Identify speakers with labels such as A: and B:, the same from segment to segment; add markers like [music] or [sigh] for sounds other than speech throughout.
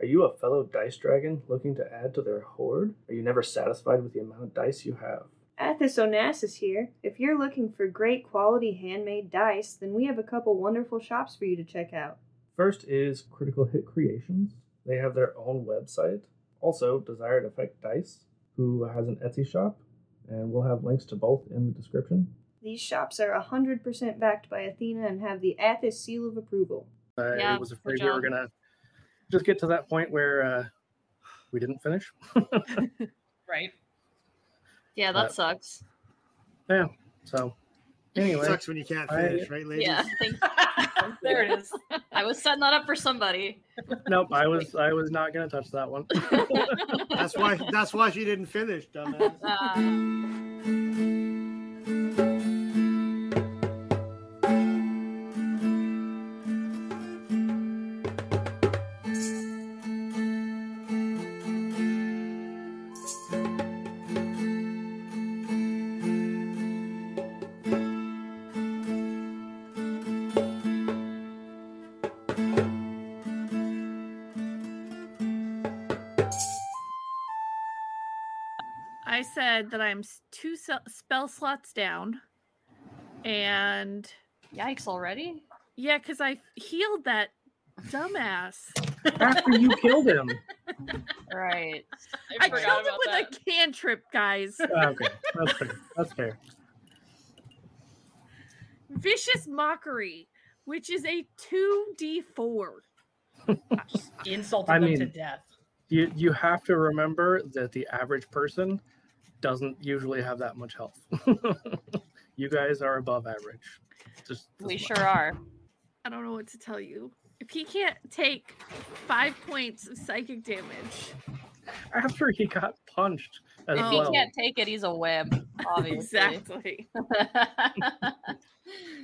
A: Are you a fellow dice dragon looking to add to their hoard? Are you never satisfied with the amount of dice you have?
B: Athos Onassis here. If you're looking for great quality handmade dice, then we have a couple wonderful shops for you to check out.
A: First is Critical Hit Creations. They have their own website. Also, Desired Effect Dice, who has an Etsy shop, and we'll have links to both in the description.
B: These shops are 100% backed by Athena and have the Athos seal of approval.
A: I
C: Yeah,
A: was
C: good
A: afraid we were
C: job.
A: gonna just get to that point where uh, we didn't finish.
D: Right.
C: Yeah, that
A: Uh,
C: sucks.
A: so, anyway,
C: [laughs]
E: Sucks when you can't
A: I-
E: finish, right, ladies?
C: Yeah, thank- [laughs]
D: there it is.
C: I was setting that up for somebody.
A: nope. I was I was not gonna touch that one.
E: That's why. That's why she didn't finish,
C: [laughs]
E: dumbass.
C: Ah,
F: I said that I'm s- two se- spell slots down, and
C: yikes already?
F: yeah, because I healed that dumbass.
A: After you killed him.
C: [laughs] Right.
D: I
F: I
D: forgot
F: killed him
D: about
F: with
D: that.
F: a cantrip, guys.
A: [laughs] Okay, that's fair. That's fair.
F: Vicious mockery, which is a two d four.
D: Insulted
A: I
D: them to
A: mean-
D: death.
A: You you have to remember that the average person doesn't usually have that much health. [laughs] you guys are above average. Just this
C: We
A: much.
C: sure are.
F: I don't know what to tell you. If he can't take five points of
D: [laughs]
F: psychic damage,
A: After he got punched as
C: If
F: Oh.
C: he
A: well.
C: can't take it, he's a wimp, obviously. [laughs]
F: exactly.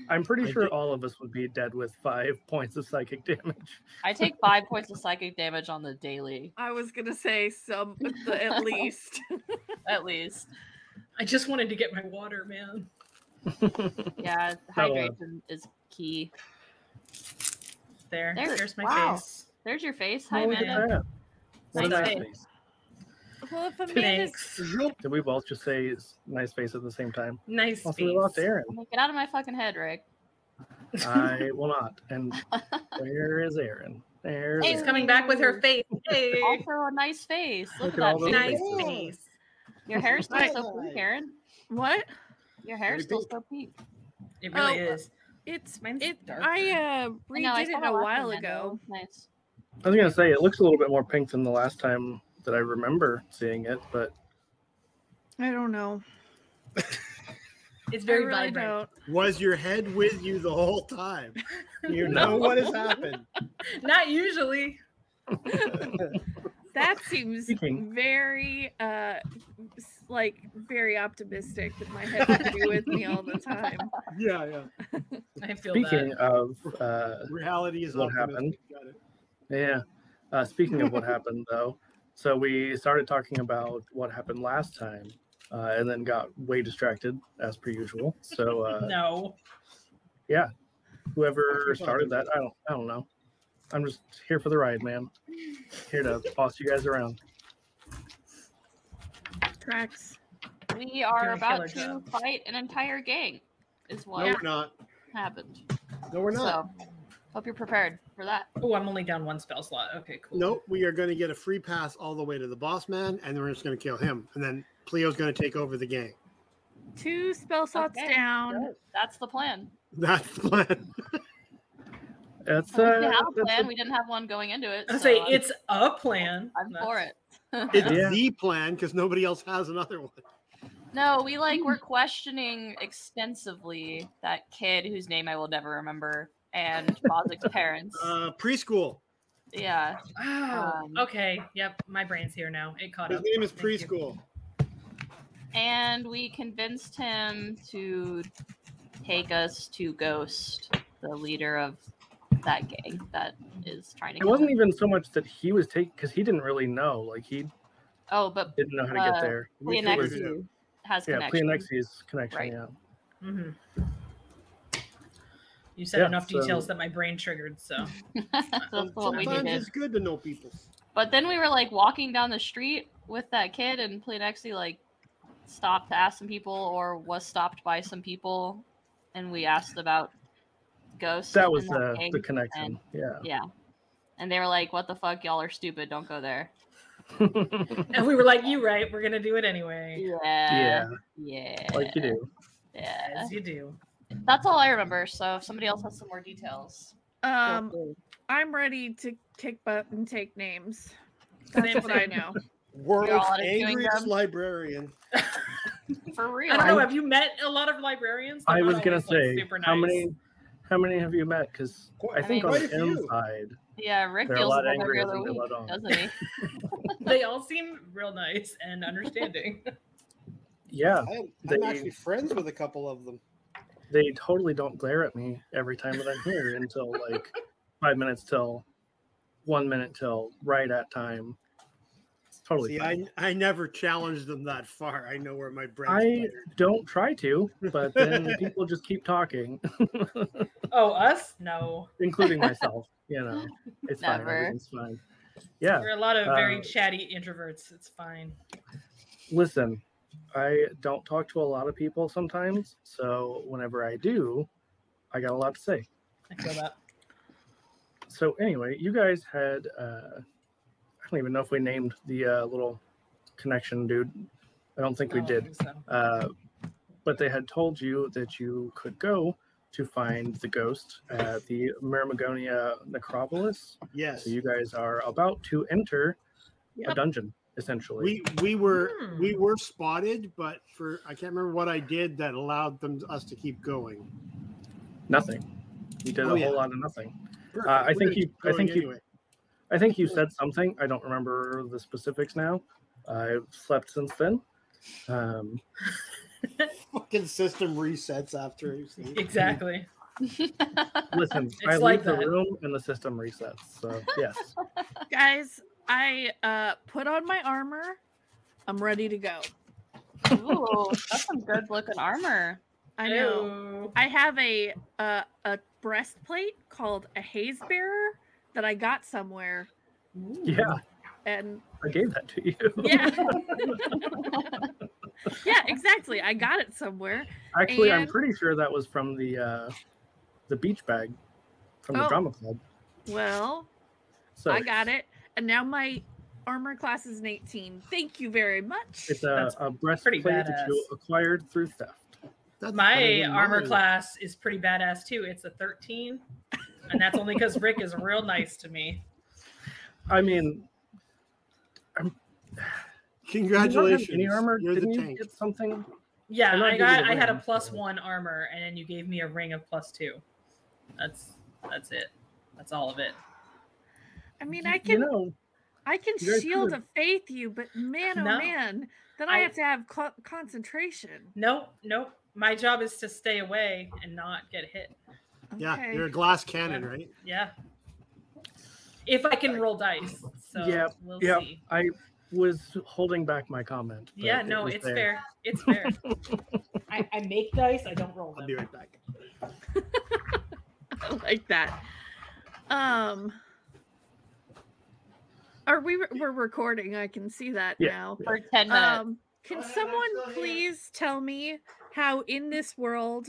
A: I'm pretty
E: I
A: sure
E: think-
A: all of us would be dead with five [laughs] points of psychic damage.
C: I take five points of psychic damage on the daily,
F: I was gonna say some,
D: [laughs]
F: the, at least.
C: at least.
D: I just wanted to get my water, man.
C: Yeah,
A: Not a lot.
C: hydration is key.
D: There.
C: There-
D: There's my
C: wow.
D: face.
C: There's your face. Hi,
A: Oh, look at
C: Amanda.
A: that. What a
C: Nice
A: nice
C: face.
A: face.
F: well, if Amanda's
D: Thanks.
A: Did we both just say s- nice face at the same time?
D: Nice
A: Also,
D: face.
A: we lost Aaron.
C: I'm like, Get out of my fucking head, Rick.
A: I will not.
C: [laughs]
A: And where is Aaron? There's
C: Hey,
D: She's
A: Aaron.
D: coming back with
A: [laughs]
D: her face. Hey.
C: Also, a nice face. Look,
A: Look
C: at,
A: at all
C: that.
A: those
C: Nice.
D: Nice
A: faces.
D: face.
C: Your hair's still
E: Nice.
C: so pink, Aaron.
F: what?
C: Your hair's
E: Pretty
C: still so pink.
D: It really
F: Oh,
D: is.
F: It's
D: Mine's
F: it.
D: darker.
F: I
C: I
F: uh, redid
C: know, I saw
F: it
C: that
F: a
C: last
F: while
C: time, Amanda.
F: ago.
C: It was Nice.
A: I was gonna say it looks a little bit more pink than the last time that I remember seeing it, but
F: I don't know.
D: It's very
F: I really
D: vibrant.
E: Was your head with you the whole time? You
D: No.
E: know what has happened.
D: Not usually.
F: don't. That seems
A: Speaking.
F: very uh s- like very optimistic that my head would be with me all the time.
E: Yeah, yeah.
D: I feel
A: speaking
D: that.
A: of uh,
E: Reality is
A: What
E: optimistic. Got it.
A: Yeah. Uh, speaking
D: [laughs]
A: of what happened, though, so we started talking about what happened last time, uh, and then got way distracted as per usual.
D: [laughs]
A: So uh,
D: No.
A: whoever started that, I don't, I don't know. I'm just here for the ride, man. Here
D: [laughs]
A: to boss you guys around.
F: Tracks.
C: We
D: Doing
C: are
D: a
C: about
D: killer
C: to
D: job.
C: fight an entire gang, is what
E: No, we're not.
C: happened.
E: No, we're not.
C: So, hope you're prepared for that.
D: Oh, I'm only down one spell slot. Okay, cool.
E: Nope, we are going to get a free pass all the way to the boss man, and then we're just going to kill him, and then Pleo's going to take over the gang. [laughs]
F: Two spell slots
C: Okay,
F: down.
C: good. That's the plan.
E: That's the
C: [laughs]
E: plan.
A: That's
C: At least
A: uh,
C: we have a
A: that's
C: plan.
A: a-
C: we didn't have one going into it.
D: I
C: So
D: say
C: I'm-
D: it's a plan.
C: I'm for
D: That's-
C: it.
E: It's
A: Yeah.
E: the plan because nobody else has another one.
C: No, we like we're questioning extensively that kid whose name I will never remember and Bozik's parents.
D: [laughs]
E: Uh, preschool.
C: yeah,
D: Oh,
C: Um,
D: okay. Yep. My brain's here now. It caught
E: His
D: up.
E: name is
D: Thank you.
E: preschool.
C: and we convinced him to take us to Ghost, the leader of that gang that is trying to.
A: it
C: kill
A: wasn't
C: him.
A: even so much that he was taking because he didn't really know. Like he
C: Oh, but
A: didn't know how to get
C: Uh,
A: there.
E: We figured it out.
C: Pleonexu has
A: Yeah,
C: connection.
A: Pleonexi's connection.
C: Right.
A: Yeah.
D: Mhm. You said
A: Yeah,
D: enough
A: so-
D: details that my brain triggered, so
C: [laughs] That's what we
E: Sometimes
C: needed.
E: it's good to know people.
C: But then we were like walking down the street with that kid, and Pleonexi like stopped to ask some people, or was stopped by some people, and we asked about ghosts.
A: That
C: and
A: was
C: that
A: uh,
C: gang,
A: the connection. Yeah. [laughs]
C: Yeah, and they were like, "What the fuck, y'all are stupid. Don't go there."
D: [laughs] And we were like, you right, we're gonna do it anyway.
C: Yeah,
A: yeah.
C: yeah,
A: Like you do.
C: yeah.
D: As you do.
C: That's all I remember. So if somebody else has some more details, feel
F: Um,
C: free.
F: I'm ready to kick butt and take names. That's what I know.
C: You're
E: World's
C: all out of chewing
E: angriest
C: gum.
E: librarian.
C: for real.
D: I don't know. Have you met a lot of librarians? They're
A: I
D: not
A: was gonna
D: always, like,
A: say
D: super
A: how
D: nice.
A: many how many have you met? Because I
E: Quite-
A: think
C: mean-
A: on
E: Quite a
A: the
E: few.
A: inside
C: [laughs] Yeah, Rick
A: they're a
C: deals
A: lot
C: with them every
A: angrier
C: other
A: than they
C: week,
A: let on.
C: doesn't he?
D: They all seem real nice and understanding.
A: Yeah,
E: I am,
A: They-
E: I'm actually friends with a couple of them.
A: they totally don't glare at me every time that I'm here until
E: [laughs]
A: like five minutes till one minute till right at time. It's totally
E: See,
A: fine.
E: I, I never challenged them that far. I know where my bread.
A: I don't try to, but
E: [laughs]
A: then people just keep talking,
D: oh, us? No.
A: including myself. You know, it's fine.
C: Never.
A: Everything's fine. Yeah.
D: We're a lot of very
A: Uh,
D: chatty introverts. It's fine.
A: Listen, I don't talk to a lot of people sometimes. So whenever I do, I got a lot to say.
D: I feel that.
A: So anyway, you guys had, uh, I don't even know if we named the uh, little connection dude. I don't think [laughs] we
D: I don't
A: did.
D: think so.
A: Uh, but they had told you that you could go to find the ghost at the Myrmagonia necropolis.
E: Yes.
A: So you guys are about to enter a
F: Yep.
A: dungeon, essentially.
E: we we were
D: Hmm.
E: we were spotted, but for I can't remember what I did that allowed them us to keep going.
A: nothing. You did
E: Oh,
A: a
E: yeah.
A: whole lot of nothing.
E: Perfect.
A: Uh, I
E: We're
A: think
E: gonna
A: you-
E: keep
A: I think
E: going
A: you- I think you said something. I don't remember the specifics now. I've slept since then.
D: [laughs]
A: Um,
E: fucking system resets after you sleep.
D: Exactly.
A: [laughs] listen, I leave
D: like
A: the
D: that.
A: room and the system resets. So yes,
F: Guys, I uh put on my armor. I'm ready to go.
C: [laughs] Ooh, that's some good looking armor.
F: I know.
D: Ew.
F: I have a uh, a breastplate called a haze bearer that I got somewhere,
D: Ooh.
A: yeah,
F: and
A: I gave that to you. [laughs]
F: yeah, yeah, exactly. I got it somewhere.
A: Actually, I'm
F: And-
A: pretty sure that was from the uh, the beach bag from the
F: Oh.
A: drama club.
F: Well,
A: So
F: I got it, and now my armor class is an 18. Thank you very much.
A: It's a,
D: That's
A: a breastplate that you
D: badass.
A: acquired through theft.
E: That's better
D: My
E: than
D: armor
E: mine.
D: class is pretty badass too. It's a 13, and that's only because Rick is real nice to me.
A: I mean,
E: Congratulations.
A: Any armor?
E: You're
A: Didn't
E: the
A: you
E: tank.
A: get something?
D: Yeah,
A: I'm not
D: I got.
A: giving you
D: I
A: a
D: had a
A: ring,
D: plus
A: so-
D: one armor, and then you gave me a ring of plus two. That's that's it. That's all of it.
F: I mean, I
A: You
F: can
A: know,
F: I can
A: you guys
F: shield
A: could.
F: of faith you, but man, oh
D: No.
F: man, then I,
D: I-
F: have to have co- concentration.
D: Nope, nope. My job is to stay away and not get hit.
E: Yeah,
F: Okay.
E: you're a glass cannon,
D: Yeah.
E: right?
D: Yeah. If I can roll dice, so
A: Yep,
D: we'll
A: yep.
D: see.
A: I was holding back my comment. but
D: Yeah,
A: it
D: no,
A: was
D: it's
A: there.
D: fair. It's
A: [laughs]
D: fair. I, I make dice. I don't roll them.
E: I'll be right back.
F: [laughs] I like that. Um, are we? We're recording. I can see that
A: Yeah.
F: now.
C: For ten minutes.
F: Um, can
E: Go ahead, I'm
F: someone
E: still here.
F: please tell me how in this world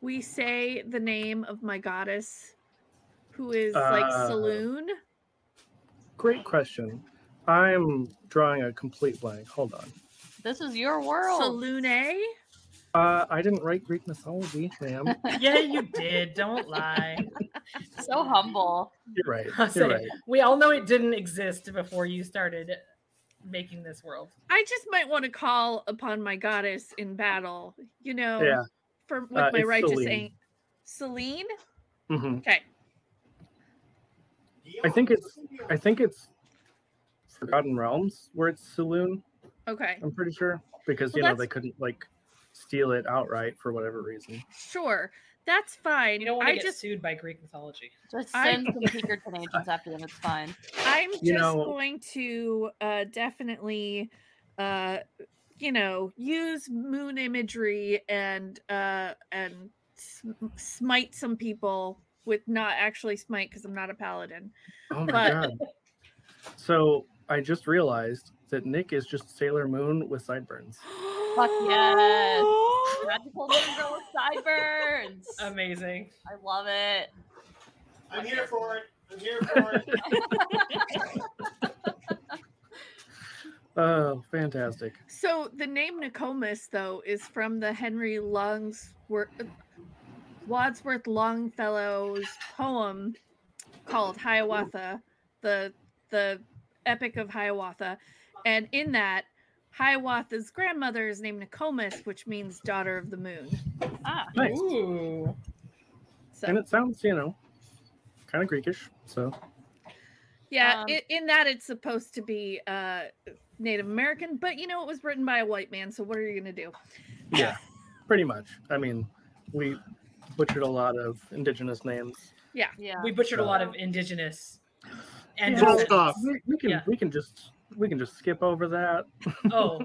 F: we say the name of my goddess, who is like
A: Uh,
F: Saloon?
A: Great question. I'm drawing a complete blank. Hold on.
C: this is your world.
F: Saloon
A: Uh, I didn't write Greek mythology, ma'am.
D: [laughs] Yeah, you did. Don't lie.
C: So humble.
A: You're right.
D: I'll say
A: You're
D: it.
A: right.
D: We all know it didn't exist before you started making this world.
F: I just might want to call upon my goddess in battle. You know,
A: Yeah.
F: for with
A: Uh,
F: my
A: it's
F: righteous
A: Selene.
F: ain't Celine.
A: hmm
F: Okay.
A: I think it's. I think it's. Forgotten Realms, where it's Saloon.
F: Okay.
A: I'm pretty sure because you
F: Well,
A: know they couldn't like steal it outright for whatever reason.
F: Sure. That's fine.
D: You don't want to
F: I
D: get
F: just
D: sued by Greek mythology.
C: Just
F: I-
C: send some Pinkerton agents after them. It's fine.
F: I'm just
A: You know-
F: going to uh, definitely, uh, you know, use moon imagery and uh, and sm- smite some people with not actually smite because I'm not a paladin.
A: Oh my
F: But-
A: god! So I just realized that Nick is just Sailor Moon with sideburns.
C: Fuck yes. Magical little girl with sideburns.
D: [gasps] Amazing.
C: Um, I love it.
E: I'm here for it. I'm here for it.
A: Oh, fantastic!
F: So the name Nicomas, though, is from the Henry Longsworth Wadsworth Longfellow's poem called Hiawatha, the the epic of Hiawatha, and in that, Hiawatha's grandmother is named Nicomas, which means daughter of the moon.
C: Ah,
A: Nice,
D: Ooh.
A: and
F: So
A: it sounds you know kind of Greekish. So
F: yeah,
C: um,
F: i in that it's supposed to be uh, Native American, but you know it was written by a white man, so what are you gonna do?
A: yeah, pretty much. I mean, we butchered a lot of indigenous names.
C: yeah.
D: We butchered a lot of indigenous. And
E: Full stop.
A: Uh, We, we can
D: Yeah.
A: we can just we can just skip over that.
D: oh,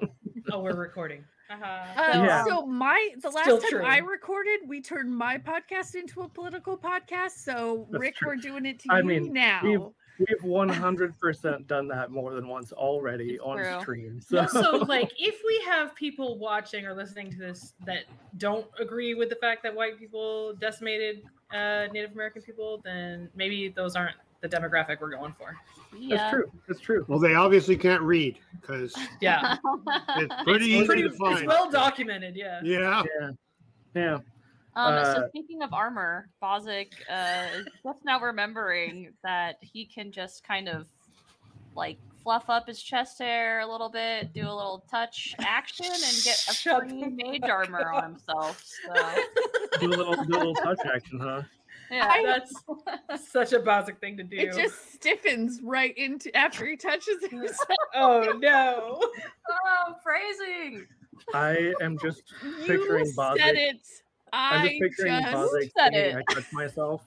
D: oh, we're recording. Uh-huh.
F: Uh,
A: Yeah.
F: So my the last
D: Still
F: time
D: true.
F: I recorded, we turned my podcast into a political podcast. So
A: That's
F: Rick,
A: true.
F: we're doing it to
A: I
F: you
A: mean,
F: now.
A: we've- We've one hundred percent done that more than once already on
C: True.
A: stream. So
D: Also, like, if we have people watching or listening to this that don't agree with the fact that white people decimated uh, Native American people, then maybe those aren't the demographic we're going for.
A: that's
C: [laughs] yeah.
A: true. That's true.
E: [laughs] Well, they obviously can't read
D: [laughs]
E: because
C: [laughs]
D: Yeah.
E: it's
C: um,
D: it's,
E: pretty easy
D: pretty,
E: to
D: it's
E: find.
D: well documented. Yeah.
E: yeah.
A: Yeah.
C: Um, so
A: Uh,
C: speaking of armor, Bozic uh, is just now remembering that he can just kind of like fluff up his chest hair a little bit, do a little touch action, and get a
D: Shut
C: free
D: the
C: mage
D: fuck
C: armor
D: up.
C: on himself. So
A: Do a little do a little touch action, huh?
C: yeah.
D: That's such a basic thing to do.
F: it just stiffens right into after he touches it. It's like,
C: [laughs]
D: Oh no.
C: Oh, phrasing.
A: I am just
F: [laughs] you
A: Picturing
F: said
A: Bozic.
F: it.
A: I'm
F: I
A: just picturing
F: just,
A: Bozic
C: said
A: saying
C: it.
A: I touch myself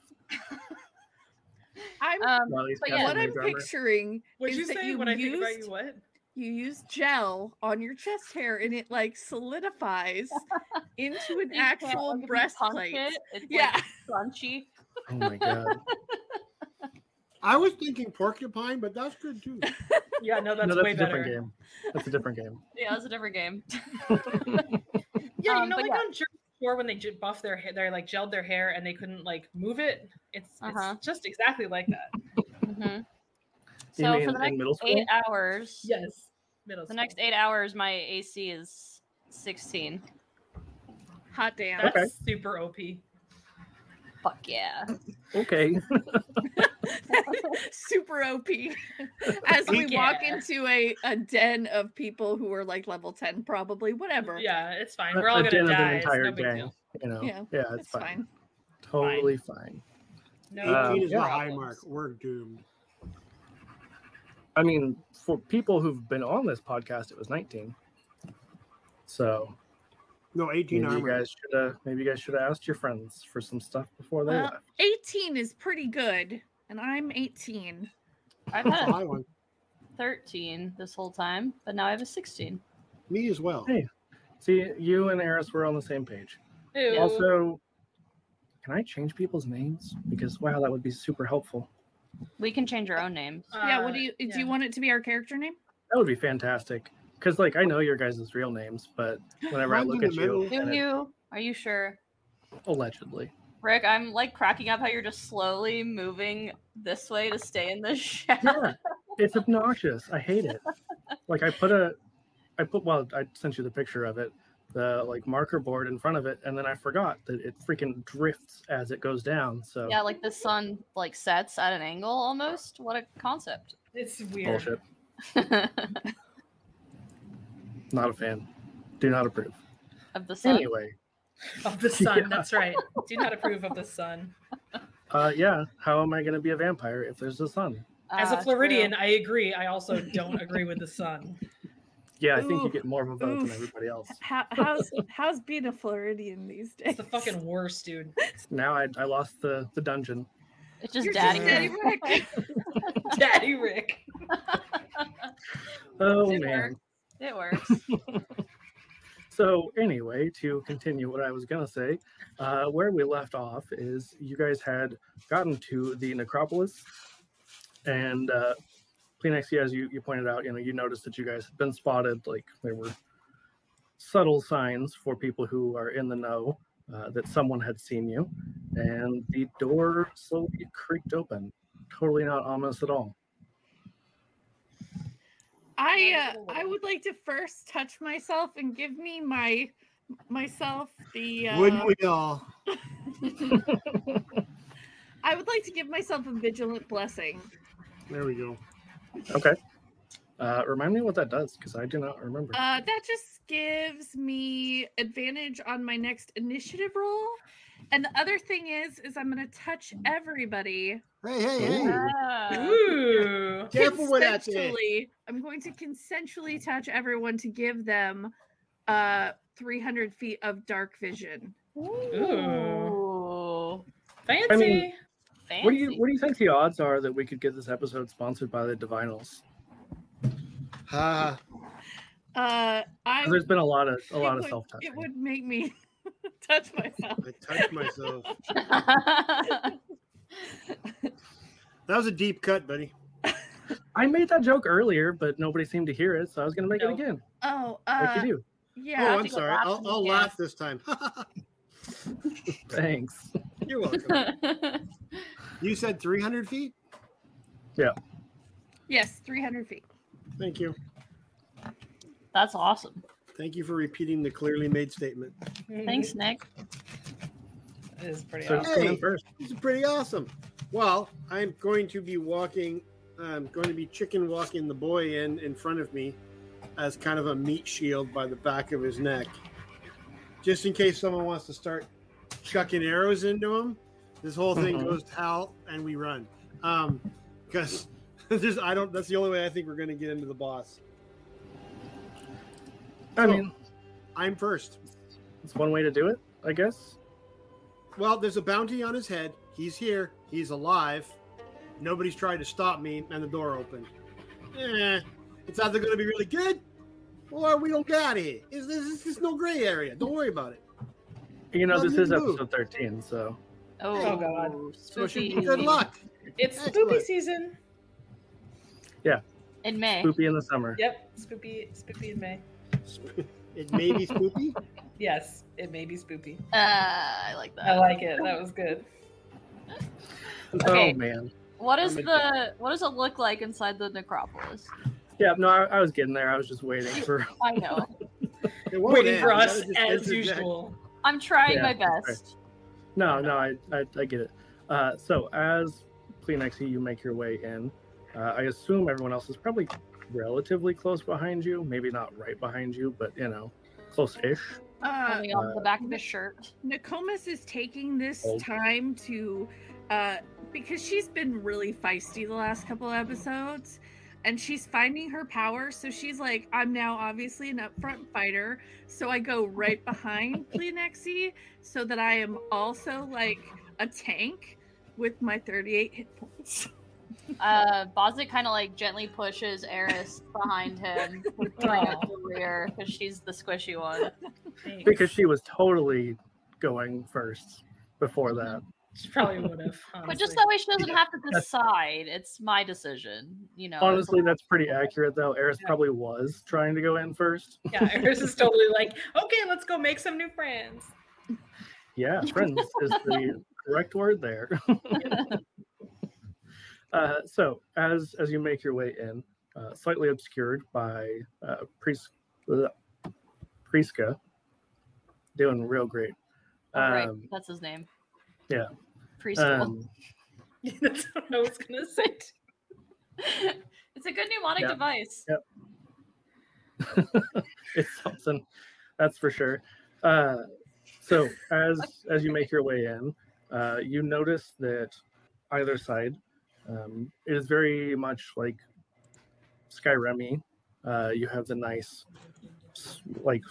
C: [laughs]
F: I'm
C: Um,
A: while he's
C: But yeah.
A: casting
F: what I'm
A: his armor.
F: picturing
D: Would
F: is
D: you
F: that
D: say
F: you
D: when I think about
F: used-
D: you what?
F: you use gel on your chest hair and it
C: [laughs]
F: like solidifies into an
C: you can't-
F: actual
C: like, if you punk
F: breastplate.
C: it, it's yeah.
F: Yeah.
C: crunchy.
A: Oh my god.
E: I was thinking porcupine, but that's good
D: [laughs]
E: too.
D: Yeah, no, that's,
A: no, that's
D: way
A: a
D: better.
A: different game. That's a different game.
C: Yeah, that's a different game.
D: Yeah,
C: Um,
D: you know,
C: but
D: like
C: yeah.
D: on Jersey Shore when they j- buff their hair, they like gelled their hair and they couldn't like move it. It's,
C: Uh-huh.
D: it's just exactly like that.
C: hmm
A: You
C: So
A: mean
C: for the
A: in
C: next
A: middle school?
C: eight hours,
D: Yes. Middle
C: the next
D: school.
C: eight hours, my AC is 16.
F: Hot damn.
D: That's
A: Okay.
D: super OP.
C: Fuck yeah.
A: Okay.
F: super OP
D: [laughs]
F: as we walk
D: Yeah.
F: into a, a den of people who are like level 10 probably whatever
D: Yeah, it's fine.
A: A-
D: We're all
A: a
D: gonna
A: din of an
D: die. It's
A: entire
D: no big
A: gang.
D: deal.
A: You know.
F: Yeah,
A: Yeah, it's,
F: it's
A: fine.
F: fine
A: Totally fine.
D: No
E: 18
A: Um,
E: is the high
D: problems.
E: mark. We're doomed.
A: I mean, for people who've been on this podcast, it was 19. So
E: No, 18
A: maybe you
E: armor.
A: guys should have maybe you guys should have asked your friends for some stuff before they
F: Well,
A: left.
F: 18 is pretty good and i'm 18
C: I've
E: That's a
C: had a
E: high one.
C: 13 this whole time, but now I have a 16.
E: Me as well.
A: Hey. See, you and Eris were on the same page.
D: Ew.
A: Also, can I change people's names? Because wow, that would be super helpful.
C: We can change our own names.
F: yeah what
D: Uh,
F: do you do
D: yeah.
F: you want it to be our character name
A: That would be fantastic. Because like I know your guys' real names, but whenever I
E: Mine's
A: look
E: in
A: at you,
E: the middle.
C: Do
A: and it-
C: you? Are you sure?
A: allegedly,
C: Rick, I'm like cracking up how you're just slowly moving this way to stay in the [laughs] shadow.
A: yeah, it's obnoxious. I hate it. Like I put a, I put well, I sent you the picture of it, the like marker board in front of it, and then I forgot that it freaking drifts as it goes down. So
C: Yeah, like the sun like sets at an angle almost. What a concept. [laughs]
D: It's weird.
A: bullshit. Not a fan. Do not approve.
C: of the sun.
A: Anyway,
D: Of the sun.
A: [laughs] Yeah.
D: That's right. Do not approve of the sun.
A: uh, yeah. How am I going to be a vampire if there's a sun?
D: As
C: Ah, true.
D: a Floridian, I agree. I also don't agree with the sun.
A: Yeah, I think you
F: Oof.
A: get more of a vote than
F: Oof.
A: everybody else.
F: How,
D: [laughs]
F: how's how's being a floridian these days [laughs]
D: It's the [laughs] fucking worst, dude.
A: Now I, I lost the the dungeon.
C: It's just
F: You're
C: daddy.
F: just
C: Rick.
D: [laughs] Daddy
F: Daddy Rick.
D: Rick.
A: Oh
C: It
A: man.
C: works.
A: [laughs]
C: It works.
A: So anyway, to continue what I was gonna say, uh, where we left off is you guys had gotten to the necropolis, and uh, Phoenix, yeah, as you, you pointed out, you know, you noticed that you guys had been spotted. Like there were subtle signs for people who are in the know uh, that someone had seen you, and the door slowly creaked open. Totally not ominous at all.
F: I uh, I would like to first touch myself and give me my myself the uh,
E: Wouldn't we all?
F: I would like to give myself a vigilant blessing.
E: There we go.
A: Okay. Uh, remind me what that does because I do not remember.
F: Uh, that just gives me advantage on my next initiative roll. And the other thing is, is I'm gonna touch everybody.
E: Hey, hey, hey.
A: Ooh.
C: Ah,
D: Ooh.
E: Careful with that shit.
F: Consensually, I'm going to consensually touch everyone to give them uh 300 feet of dark vision.
C: Ooh.
D: Fancy.
A: I mean-
C: Fancy.
A: What do you What do you think the odds are that we could get this episode sponsored by the Divinals?
E: Ha.
F: Uh, I
A: 'Cause There's been a lot of a
F: it
A: lot of
F: would-
A: self
F: It
A: touching.
F: would make me [laughs] touch myself.
E: I touched myself. That was a deep cut, buddy.
A: I made that joke earlier, but nobody seemed to hear it, so I was going to make it
D: No.
A: again,
F: Oh,
A: like
F: uh, [laughs]
A: you do.
F: yeah.
E: oh, I'm
C: Take a
E: sorry.
C: laugh
E: I'll,
C: and
E: I'll
C: yeah.
E: laugh this time.
A: Thanks.
E: You're welcome. you said 300 feet?
F: Yes, 300 feet.
E: Thank you.
C: [laughs] That's awesome.
E: Thank you for repeating the clearly made statement.
C: Thanks, Nick.
D: It is pretty
A: So
D: awesome.
A: who's going
E: Hey.
A: first.
E: This is pretty awesome. Well, I'm going to be walking, I'm going to be chicken walking the boy in in front of me as kind of a meat shield by the back of his neck. Just in case someone wants to start chucking arrows into him, this whole thing
A: Mhm.
E: goes to hell and we run. Um, [laughs] because there's, I don't, that's the only way I think we're going to get into the boss.
A: I
E: So-
A: mean,
E: I'm first.
A: it's one way to do it, I guess.
E: Well, there's a bounty on his head. He's here. He's alive. Nobody's tried to stop me, and the door opened. Eh, it's either going to be really good, or we don't get out of here. Is this is this no gray area? Don't worry about it.
A: You know,
E: Well,
A: this
E: you
A: is
E: can move.
A: episode 13, so
C: Oh,
D: Oh, God.
E: So it should be
C: spooky.
E: good luck.
D: It's
E: Excellent.
D: spoopy season.
C: In May.
A: Poopy in the summer.
D: Yep. Spoopy, spoopy in May.
E: It may be spooky.
D: Yes, it may be spoopy.
C: Uh, I like that.
D: I like it. That was good.
C: Okay.
A: Oh, man.
C: What is
E: I'm into
C: the what does it look like inside the necropolis?
A: Yeah, no, I, I was getting there. I was just waiting for.
C: I know.
E: It won't
D: Waiting
E: end.
D: for
E: You
D: us
E: gotta just
D: as
E: interject.
D: usual.
C: I'm trying
A: Yeah,
C: my best.
A: No, no, I, I, I get it. Uh, so, as Kleenex, you make your way in. Uh, I assume everyone else is probably relatively close behind you. Maybe not right behind you, but, you know, close ish.
F: Uh,
C: Only on the back of the shirt.
F: Nicomas is taking this
A: Old.
F: time to, uh, because she's been really feisty the last couple episodes, and she's finding her power. So she's like, I'm now obviously an upfront fighter, so I go
A: [laughs]
F: right behind Pleonexi so that I am also like a tank with my 38 hit points.
C: Uh, Bozic kind of like gently pushes Eris behind
E: [laughs]
C: him to bring up
E: Oh.
C: the rear because she's the squishy one.
A: Because she was totally going first before that.
D: she probably would have.
C: But just that way, she doesn't have to decide. It's my decision, you know. it's
A: Honestly,
C: like-
A: that's pretty accurate, though. Eris probably was trying to go in first.
D: yeah, Iris is totally like, okay, let's go make some new friends. [laughs]
A: Yeah, friends is the correct word there. [laughs] uh, so, as as you make your way in, uh, slightly obscured by uh, Pris- bleh, Priska, doing real great.
C: oh, right,
A: Um,
C: that's his name.
A: yeah.
C: Preschool.
A: um,
D: That's what I was gonna say.
C: [laughs] it's a good mnemonic
A: Yeah.
C: device.
A: [laughs] it's something that's for sure uh, so as as you make your way in uh, you notice that either side um, it is very much like Skyrimy. Uh, you have the nice, s- like,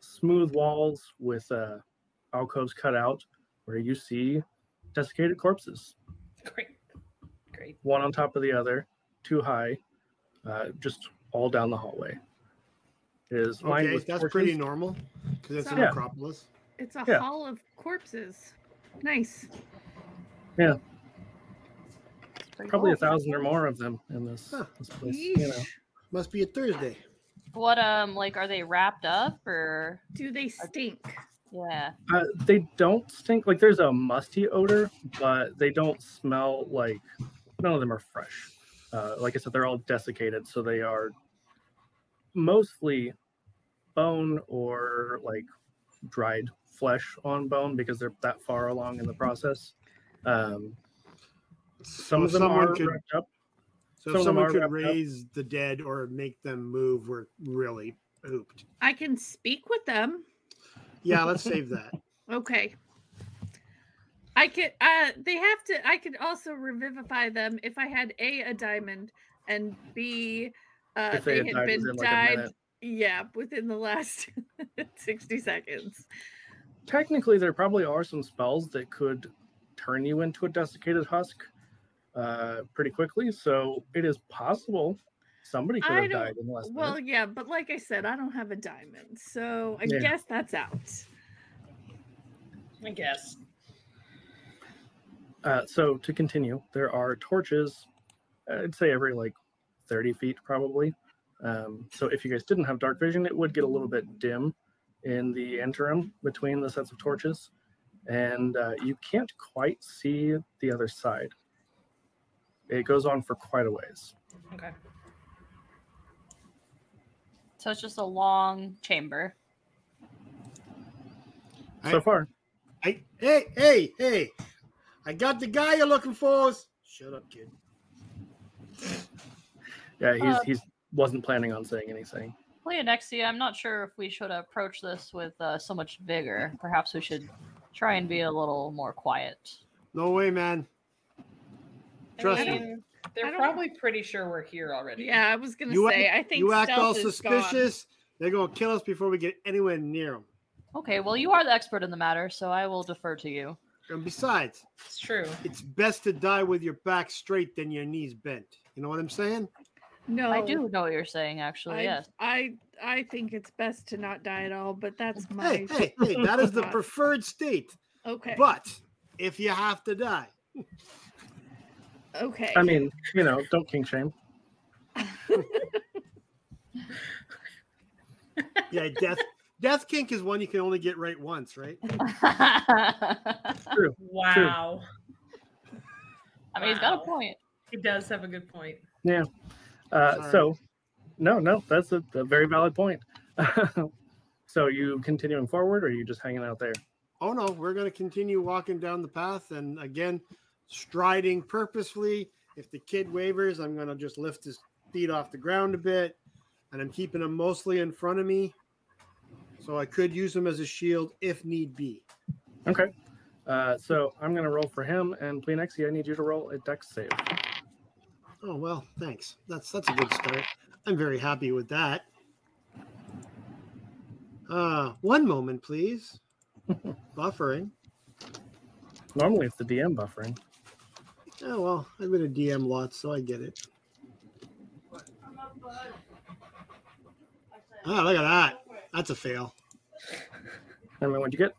A: smooth walls with uh, alcoves cut out where you see desiccated corpses
D: Great, great.
A: one on top of the other, too high, uh, just all down the hallway. It is lined
E: Okay,
A: with
E: that's
A: torches.
E: pretty normal because it's a
F: Yeah.
E: necropolis.
F: It's a
A: Yeah.
F: hall of corpses. Nice.
A: probably a thousand or more of them in this,
E: Oh. Huh.
A: this place. You know,
F: Yeesh.
E: Must be a Thursday.
C: What um like are they wrapped up or
F: Do they stink?
C: yeah.
A: uh, they don't stink. Like there's a musty odor, but they don't smell like none of them are fresh. Uh, like I said, they're all desiccated, so they are mostly bone or like dried flesh on bone because they're that far along in the process. Um, some
E: So
A: of them
E: someone
A: are
E: could-
A: wrapped up.
E: So
A: Some
E: if
A: of them
E: someone
A: are
E: could
A: wrapped up.
E: raise the dead or make them move, we're really hooped.
F: I can speak with them.
E: Yeah, let's save that.
F: Okay. I could uh they have to I could also revivify them if I had A a diamond and B uh
A: If they had
F: they, had
A: died
F: been
A: within, like, a
F: died
A: minute.
F: yeah, within the last [laughs] 60 seconds.
A: technically there probably are some spells that could turn you into a desiccated husk uh, pretty quickly so it is possible somebody could
F: I
A: have
F: don't-
A: died in the last
F: Well,
A: minute.
F: yeah, but like I said, I don't have a diamond. So I
A: Yeah.
F: guess that's out.
D: I guess.
A: Uh, so to continue there are torches i'd say every like 30 feet probably um, so if you guys didn't have dark vision it would get a little bit dim in the interim between the sets of torches and uh, you can't quite see the other side it goes on for quite a ways
D: Okay.
C: So it's just a long chamber.
A: so
E: I-
A: far
E: I, hey, hey, hey! I got the guy you're looking for. Shut up, kid.
A: Yeah, he's
C: Uh,
A: he's wasn't planning on saying anything.
C: Leonexia, I'm not sure if we should approach this with uh, so much vigor. Perhaps we should try and be a little more quiet.
E: No way, man. Trust
D: I
E: me.
D: mean, they're
F: I don't-
D: probably pretty sure we're here already.
F: Yeah, I was gonna
E: You
F: say I think
E: you act
F: stealth
E: all
F: is gone.
E: suspicious. They're gonna kill us before we get anywhere near them.
C: Okay, well you are the expert in the matter, so I will defer to you.
E: And besides,
D: It's true.
E: it's best to die with your back straight than your knees bent. You know what I'm saying?
F: No
C: I do know what you're saying, actually.
F: Oh. I, [laughs]
C: yes. [laughs]
F: I I think it's best to not die at all, but that's my
E: Hey,
F: [laughs]
E: hey, hey! That is the preferred state.
F: Okay.
E: But if you have to die,
F: okay.
A: I mean, you know, don't king shame.
E: yeah, death, death kink is one you can only get right once, right?
D: Wow.
C: I mean, he's got a
D: Wow.
C: point.
D: He does have a good point.
A: Uh,
E: Sorry.
A: so, no, no, that's a, a very valid point. [laughs] so, you continuing forward, or are you just hanging out there?
E: Oh no, we're going to continue walking down the path and again, striding purposefully. If the kid wavers, I'm going to just lift his feet off the ground a bit and I'm keeping him mostly in front of me. So I could use him as a shield if need be.
A: Okay. Uh, so I'm gonna roll for him, and Plenexi, E, I need you to roll a dex save.
E: Oh well, thanks. That's that's a good start. I'm very happy with that. Uh, one moment, please. Buffering.
A: Normally, it's the DM buffering.
E: Oh well, I've been a DM lot, so I get it. Oh, look at that. That's a fail.
A: And then what'd you get?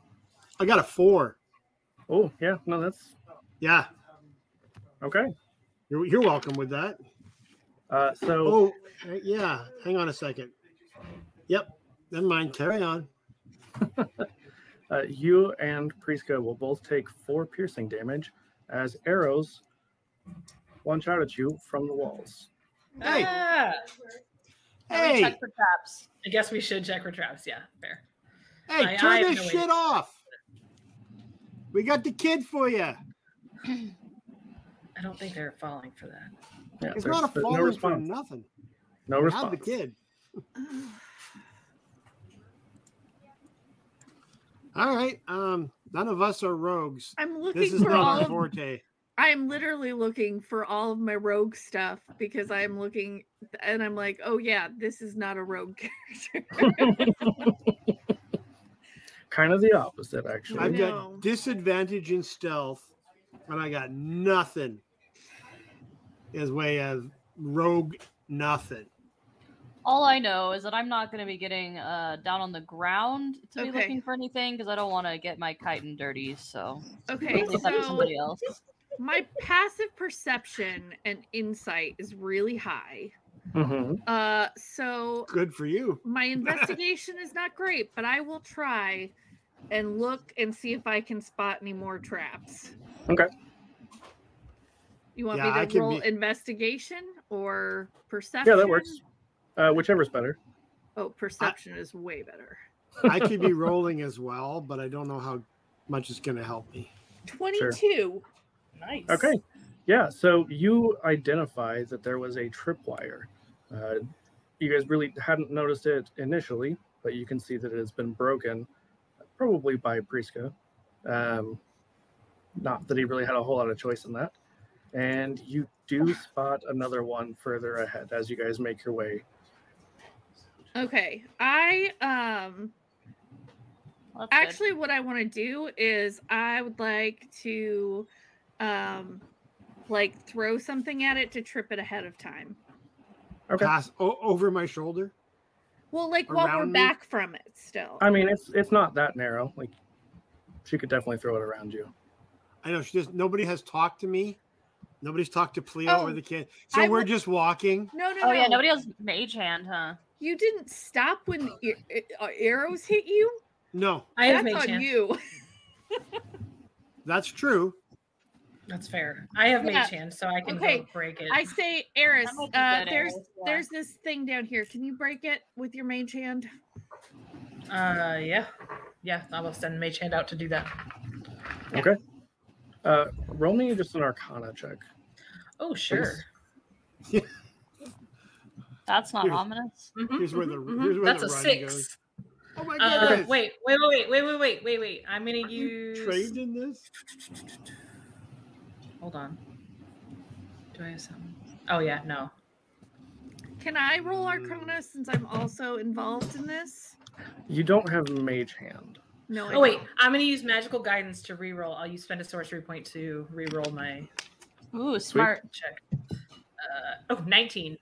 E: I got a four.
A: Oh, yeah, no, that's
E: Yeah,
A: okay.
E: you're, you're welcome with that.
A: Uh, so
E: Oh, uh, yeah. Hang on a second. Yep. Never mind. Carry on.
A: Uh, you and Priska will both take four piercing damage as arrows launch out at you from the walls.
E: Hey.
D: Ah,
C: Have we
E: Hey,
C: checked for traps?
D: I guess we should check for traps. Yeah, fair.
E: hey,
D: I-
E: turn
D: I have
E: this
D: no
E: shit
D: idea.
E: off. We got the kid for you.
D: I don't think they're falling for that.
A: Yeah,
E: It's
A: there's-
E: not a
A: there's no
E: falling for
A: response.
E: nothing.
A: No
E: Have the
A: response.
E: kid.
F: Uh,
E: All right. Um, none of us are rogues.
F: I'm
E: This
F: looking
E: is
F: for
E: not
F: all
E: our
F: of
E: forte.
F: I am literally looking for all of my rogue stuff because I am looking and I'm like, oh yeah, this is not a rogue [laughs] character.
A: Kind of the opposite, actually.
E: I've
F: No.
E: got disadvantage in stealth, and I got nothing as way of rogue nothing.
C: All I know is that I'm not going to be getting uh, down on the ground to be
F: Okay.
C: looking for anything because I don't want to get my chitin dirty. So
F: okay,
C: leave that to
F: so
C: somebody else.
F: my passive perception and insight is really high.
A: Mhm.
F: Uh, so
E: Good for you. [laughs]
F: my investigation is not great, but I will try and look and see if I can spot any more traps.
A: Okay.
F: You want
E: Yeah, I
F: me to
E: can
F: roll
E: be-
F: investigation or perception?
A: works. Uh, whichever's better.
F: Oh, perception is way better.
E: I could be rolling as well, but I don't know how much it's going to help me.
F: 22.
D: Nice.
A: Okay. Yeah. So you identify that there was a tripwire. Uh, you guys really hadn't noticed it initially, but you can see that it has been broken, probably by Prisca. Um, not that he really had a whole lot of choice in that. And you do
E: Ah.
A: spot another one further ahead as you guys make your way.
F: Okay. I um
C: Well, that's good.
F: actually what I want to do is I would like to um like throw something at it to trip it ahead of time.
A: Okay.
E: Pass o- over my shoulder.
F: Well, like while we're
E: Around me?
F: back from it still.
A: I mean, it's it's not that narrow. Like, she could definitely throw it around you.
E: I know she just nobody has talked to me. Nobody's talked to Pleo
F: Oh,
E: or the kid. So
F: I
E: we're
F: would-
E: just walking.
F: no, no,
C: Oh
F: no.
C: yeah, nobody else mage hand, huh?
F: You didn't stop when ear- uh, arrows hit you.
E: No,
D: I have
F: That's
D: mage
F: on
D: hand.
F: you.
E: that's true.
D: That's fair. I have
F: Yeah.
D: mage hand, so I can
F: Okay.
D: go break it.
F: I say, Eris,
C: That might be
F: uh,
C: good,
F: there's
C: Eris, yeah.
F: there's this thing down here. Can you break it with your mage hand?
D: Uh, yeah, yeah. I will send mage hand out to do that.
A: Uh, roll me just an Arcana check.
D: Oh, sure.
C: That's not
E: Here.
C: ominous.
F: Mm-hmm,
D: Mhm,
E: Here's where the-
D: mhm, mhm.
E: here's where
D: that's
E: the
D: a
E: writing
D: six.
E: goes. Oh my
D: Uh,
E: goodness.
D: wait, wait, wait, wait, wait, wait, wait, wait. I'm gonna
E: you
D: use.
E: trained in this?
D: Hold on. Do I have something? Oh yeah, no.
F: Can I roll Arcana since I'm also involved in this?
A: You don't have Mage Hand.
F: No. I
D: Oh wait,
F: don't.
D: I'm gonna use magical guidance to reroll. I'll use spend a sorcery point to reroll my
C: Ooh, smart.
D: check. Uh, oh, 19.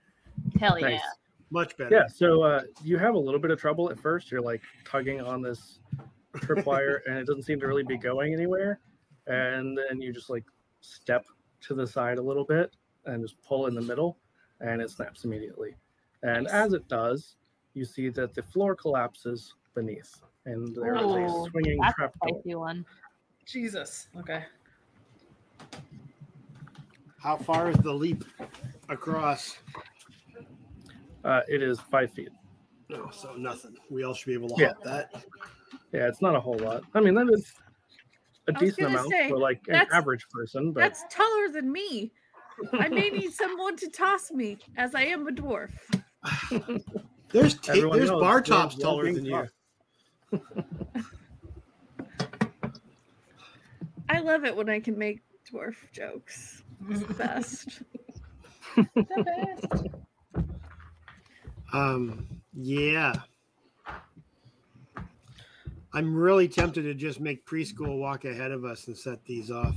C: Hell Oh, yeah.
A: Nice.
E: Much better.
A: Yeah, so uh, you have a little bit of trouble at first. You're like tugging on this tripwire, and it doesn't seem to really be going anywhere. And then you just like step to the side a little bit and just pull in the middle, and it snaps immediately. And
D: Nice.
A: as it does, you see that the floor collapses beneath, and there is
C: Ooh,
F: Oh,
A: a swinging
C: That's a
A: trapdoor.
C: spicy one. [laughs]
D: Jesus. Okay.
E: How far is the leap across?
A: Uh, it is five feet.
E: No, so nothing. We all should be able to
A: Yeah.
E: hop that.
A: Yeah, it's not a whole lot. I mean, that is a
F: I was
A: decent
F: gonna
A: amount
F: say,
A: for like an
F: that's-
A: average person, but
F: That's taller than me. I may
D: [laughs]
F: need someone to toss me, as I am a dwarf.
E: There's
A: [laughs]
E: ta-
A: Everyone
E: there's
A: knows
E: bar
A: Will's
E: tops taller
A: lowering
E: than you.
A: cost.
F: I love it when I can make dwarf jokes. It's the best.
E: Um, yeah. I'm really tempted to just make preschool walk ahead of us and set these off.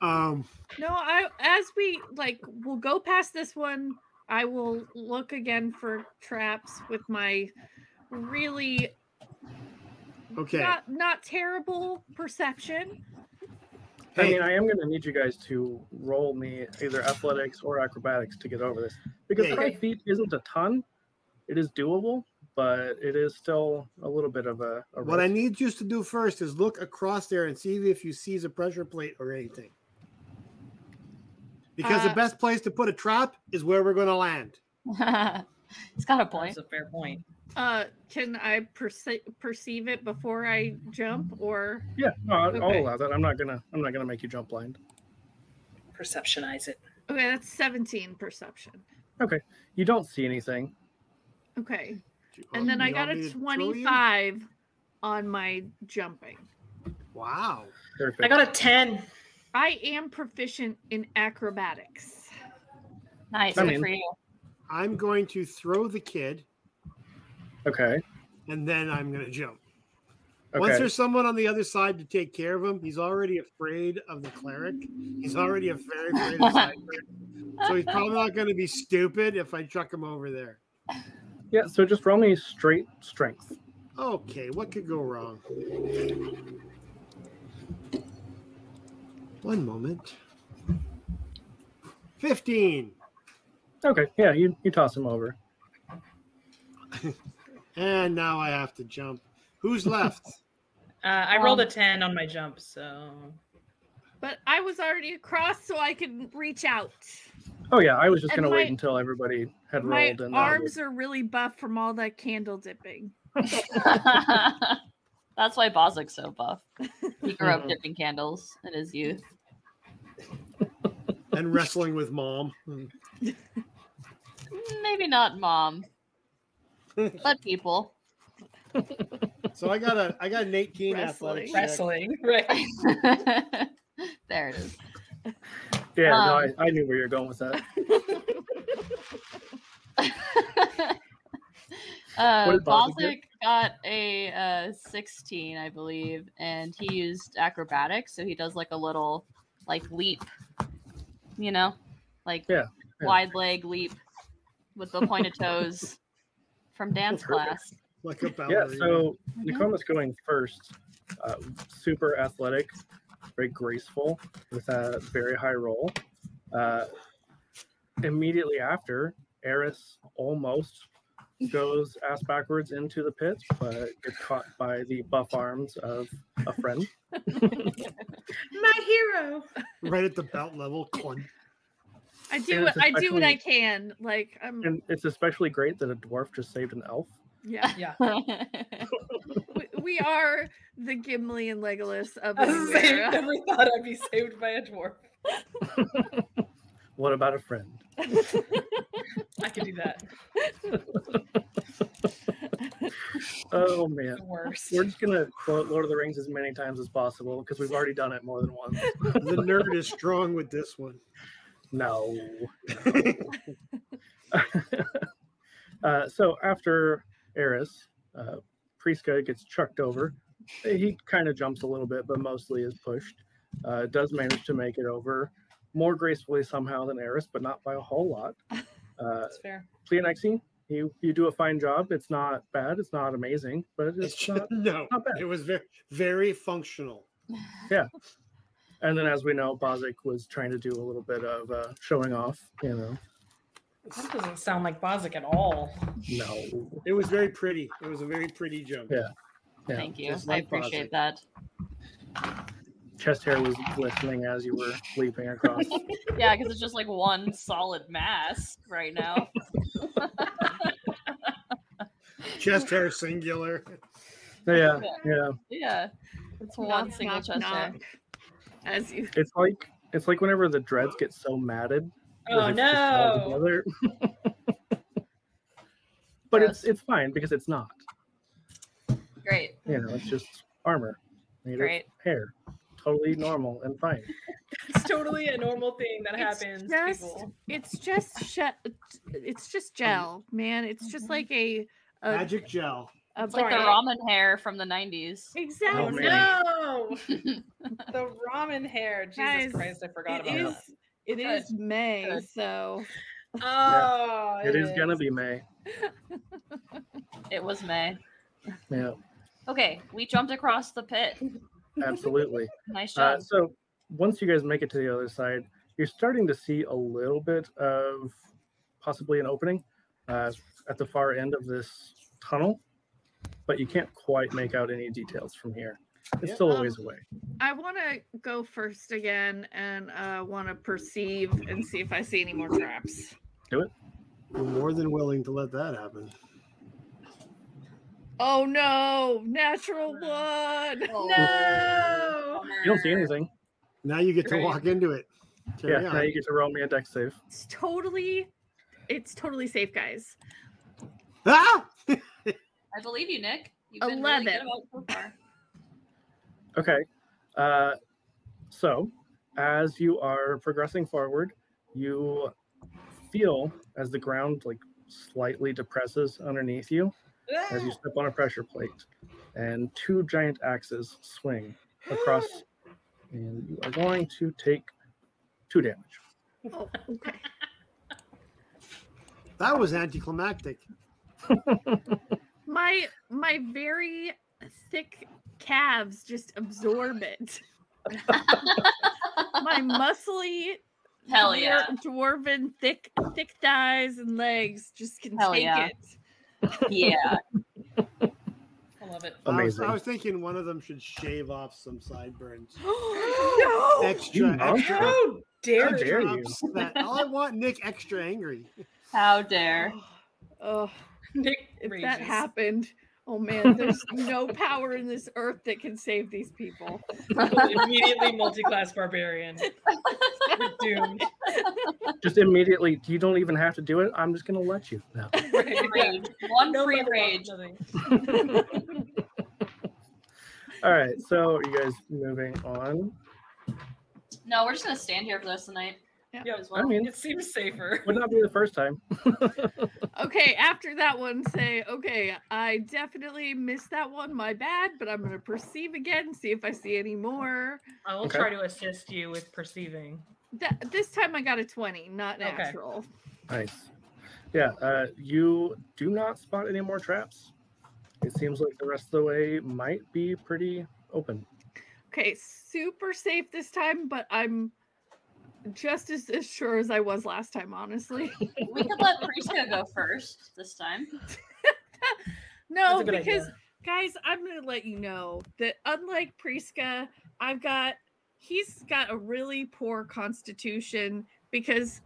E: Um,
F: No, I as we like we'll go past this one, I will look again for traps with my really
E: okay.
F: not not terrible perception.
A: I
E: Hey.
A: mean, I am going to need you guys to roll me either athletics or acrobatics to get over this because
E: Hey.
A: five feet isn't a ton. It is doable, but it is still a little bit of a. a
E: What I
A: risk.
E: need you to do first is look across there and see if you seize a pressure plate or anything. Because the
F: Uh,
E: best place to put a trap is where we're going to land.
C: it's got a
D: That's
C: point.
D: a fair point.
F: Uh can I perce- perceive it before I jump or
A: Yeah, no, I- I'll
F: Okay.
A: allow that. I'm not gonna. I'm not gonna make you jump blind.
D: Perceptionize it.
F: Okay, that's 17 perception.
A: You don't see anything.
E: Do
F: Okay.
A: Um,
E: you-
F: And then
E: you
F: I got
E: want me
F: a
E: to throw you?
F: 25 on my jumping.
E: Wow.
A: Perfect.
D: I got a 10.
F: I am proficient in acrobatics.
C: Nice.
A: I
C: Good
A: mean-
C: for you. [laughs]
E: I'm going to throw the kid
A: okay.
E: and then I'm going to jump. Once
A: Okay.
E: there's someone on the other side to take care of him, he's already afraid of the cleric. He's already a very afraid of Cypher. So he's probably not going to be stupid if I chuck him over there.
A: Yeah. So just roll me straight strength.
E: Okay, what could go wrong? One moment. 15.
A: Okay, yeah, you, you toss him over.
E: And now I have to jump. Who's left?
D: Uh, I rolled a
C: Um,
D: 10 on my jump, so. [laughs]
F: But I was already across, so I could reach out.
A: Oh yeah, I was just
F: And
A: gonna wait
F: my-
A: until everybody had
F: My
A: rolled and I would-
F: arms are really buff from all the candle dipping.
C: That's why Bozik's so buff. [laughs] He grew up dipping candles in his youth.
E: and wrestling with mom.
C: Maybe not mom, but people. [laughs]
E: So I got a I got an 18 athletic
F: Wrestling.
E: check.
D: Wrestling, right?
C: there it is.
A: Yeah,
C: Um,
A: no, I, I knew where you were going with that.
C: [laughs] uh,
A: did Bozzik get?
C: Bozzik got a uh, 16, I believe, and he used acrobatics, so he does like a little like leap, you know, like
A: Yeah, yeah.
C: wide leg leap with the pointed toes
A: [laughs]
C: from dance
A: Perfect.
C: class.
E: Like a
A: Yeah,
E: ballerina.
A: so
C: Mhm.
A: Nicoma's going first. Uh, super athletic, very graceful, with a very high roll. Uh, immediately after, Eris almost goes ass backwards into the pit, but gets caught by the buff arms of a friend.
D: [laughs] my hero.
E: right at the belt level. Clung.
F: I do
A: And
F: what
A: it's
F: I do what I
A: especially-
F: can. Like um, I'm
A: And it's especially great that a dwarf just saved an elf.
F: yeah.
D: Yeah.
C: [laughs]
F: We,
A: [laughs]
F: we are the Gimli and Legolas of
D: I was gonna [laughs]
F: this
D: say, I
F: era.
D: never thought I'd be saved by a dwarf.
A: What about a friend?
D: I could do that.
A: Oh man.
D: [laughs] The worst.
A: We're just gonna quote Lord of the Rings as many times as possible because we've already done it more than once.
E: The nerd is strong with this
D: [laughs]
E: one.
A: No. uh, so after Eris, uh, Priska gets chucked over. He kind of jumps a little bit, but mostly is pushed. Uh, does manage to make it over more gracefully somehow than Eris, but not by a whole lot. Uh,
D: That's fair.
A: Pleonexi, you you do a fine job. It's not bad. It's not amazing, but it's not
E: [laughs] no,
A: not bad.
E: it was very very functional.
A: And then, as we know, Bozic was trying to do a little bit of uh, showing off. You know,
D: That doesn't sound like Bozic at all.
A: no,
E: It was very pretty. It was a very pretty jump.
A: Yeah. Yeah,
C: Thank you.
E: just
C: I
E: like
C: appreciate
E: Bozzik.
C: that.
A: chest hair was glistening as you were leaping
D: [laughs]
A: across.
C: Yeah, because it's just like one solid mass
A: [laughs]
C: right now.
E: Chest hair singular.
A: yeah, yeah.
C: Yeah, it's one
F: Knock,
C: single
F: knock,
C: chest hair.
F: knock. As you
A: It's like it's like whenever the dreads get so matted. that
D: Oh
A: it's just all
D: no.
A: together. [laughs] but it's it's fine because it's not.
C: Great,
A: You know, it's just armor made of
C: great.
A: hair, totally normal and fine.
D: It's totally a normal thing that
F: It's
D: happens.
F: just-
D: people.
F: it's just she- it's just gel, man. It's just like a
D: Oh.
F: a,
E: Magic gel.
F: a
C: It's like the
F: brand.
C: ramen hair from the '90s.
A: Oh,
F: Exactly.
A: man.
D: No, the ramen hair. Jesus
F: Guys,
D: Christ, I forgot
F: It
D: about
F: is it
C: Good,
F: is May,
C: good.
F: so
D: that. Oh,
A: it is gonna be May.
C: It was May.
A: Yeah,
C: Okay, we jumped across the pit.
A: absolutely.
C: Nice
A: Uh,
C: job.
A: so once you guys make it to the other side, you're starting to see a little bit of possibly an opening uh, at the far end of this tunnel, but you can't quite make out any details from here. It's
E: Yeah.
A: still a
F: Um,
A: ways away.
F: I want to go first again and uh, want to perceive and see if I see any more traps.
E: We're more than willing to let that happen.
F: Oh no, natural one.
C: Oh.
D: No.
A: You don't
C: uh,
A: see anything.
E: Now you get to
D: Right.
E: walk into it.
A: Yeah,
E: Carry on.
A: now you get to roll me a deck save.
F: It's totally, it's totally safe, guys.
E: Ah!
C: I believe you, Nick. You've been really good
F: Eleven.
C: about it so
F: [laughs]
C: far.
A: Okay. Uh, so, as you are progressing forward, you feel as the ground like slightly depresses underneath you, as you step on a pressure plate, and two giant axes swing across, and you are going to take two damage.
F: Oh, okay.
E: That was anticlimactic.
F: My my very thick
C: [laughs]
F: calves just absorb it. My muscly
C: Hell
F: dwar-
C: yeah.
F: Dwarven thick thick thighs and legs just can
C: Hell
F: take
C: yeah.
F: it. [gasps]
C: Yeah.
D: I love it.
E: I was, I
A: Amazing.
E: was thinking one of them should shave off
D: [gasps]
E: some sideburns.
F: no.
E: Extra,
A: monster.
E: extra.
D: How dare
A: How
D: you?
A: dare you?
E: upset. All I want, Nick, extra
A: [laughs]
E: angry.
C: How
F: [laughs]
C: dare.
F: Oh,
D: Nick
F: if that
D: rages.
F: happened,
C: [laughs]
F: oh man, there's no power in this earth that can save these people.
D: [laughs] Immediately multi-class barbarian. We're [laughs] doomed.
A: Just immediately, you don't even have to do it. I'm just gonna let you.
E: [laughs]
A: No.
C: Rage. One
D: No
C: free
D: matter what,
C: rage.
D: nothing.
A: All right, so are you guys moving on?
C: No, we're just gonna stand here for the rest of the night.
F: Yeah.
D: [laughs] Yeah.
C: As
A: I
C: well.
A: mean,
D: It seems safer.
A: would not be the first time.
F: Okay, after that one, say, okay, I definitely missed that one. My bad, but I'm gonna perceive again, see if I see any more.
D: I will
A: Okay.
D: try to assist you with perceiving.
F: That this time I got a 20, not
D: Okay.
F: natural.
A: Nice. Yeah, uh, you do not spot any more traps. It seems like the rest of the way might be pretty open.
F: Okay, super safe this time, but I'm just as, as sure as I was last time, honestly.
C: We could let Prisca go first this time.
F: No,
D: That's a good
F: because
D: idea.
F: guys, I'm gonna let you know that unlike Priska, I've got he's got a really poor constitution because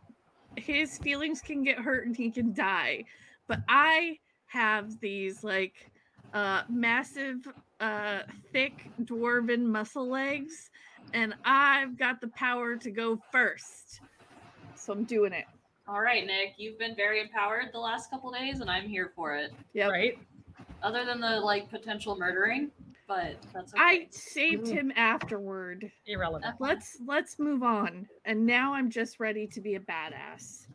F: his feelings can get hurt and he can die. But I have these like uh massive uh thick dwarven muscle legs and I've got the power to go first. So I'm doing it.
C: All right, Nick, you've been very empowered the last couple days, and I'm here for it.
F: Yep.
D: Right?
C: Other than the like potential murdering, but that's okay.
F: I saved
D: Mm.
F: him afterward.
D: Irrelevant.
F: Let's let's move on. And now I'm just ready to be a badass.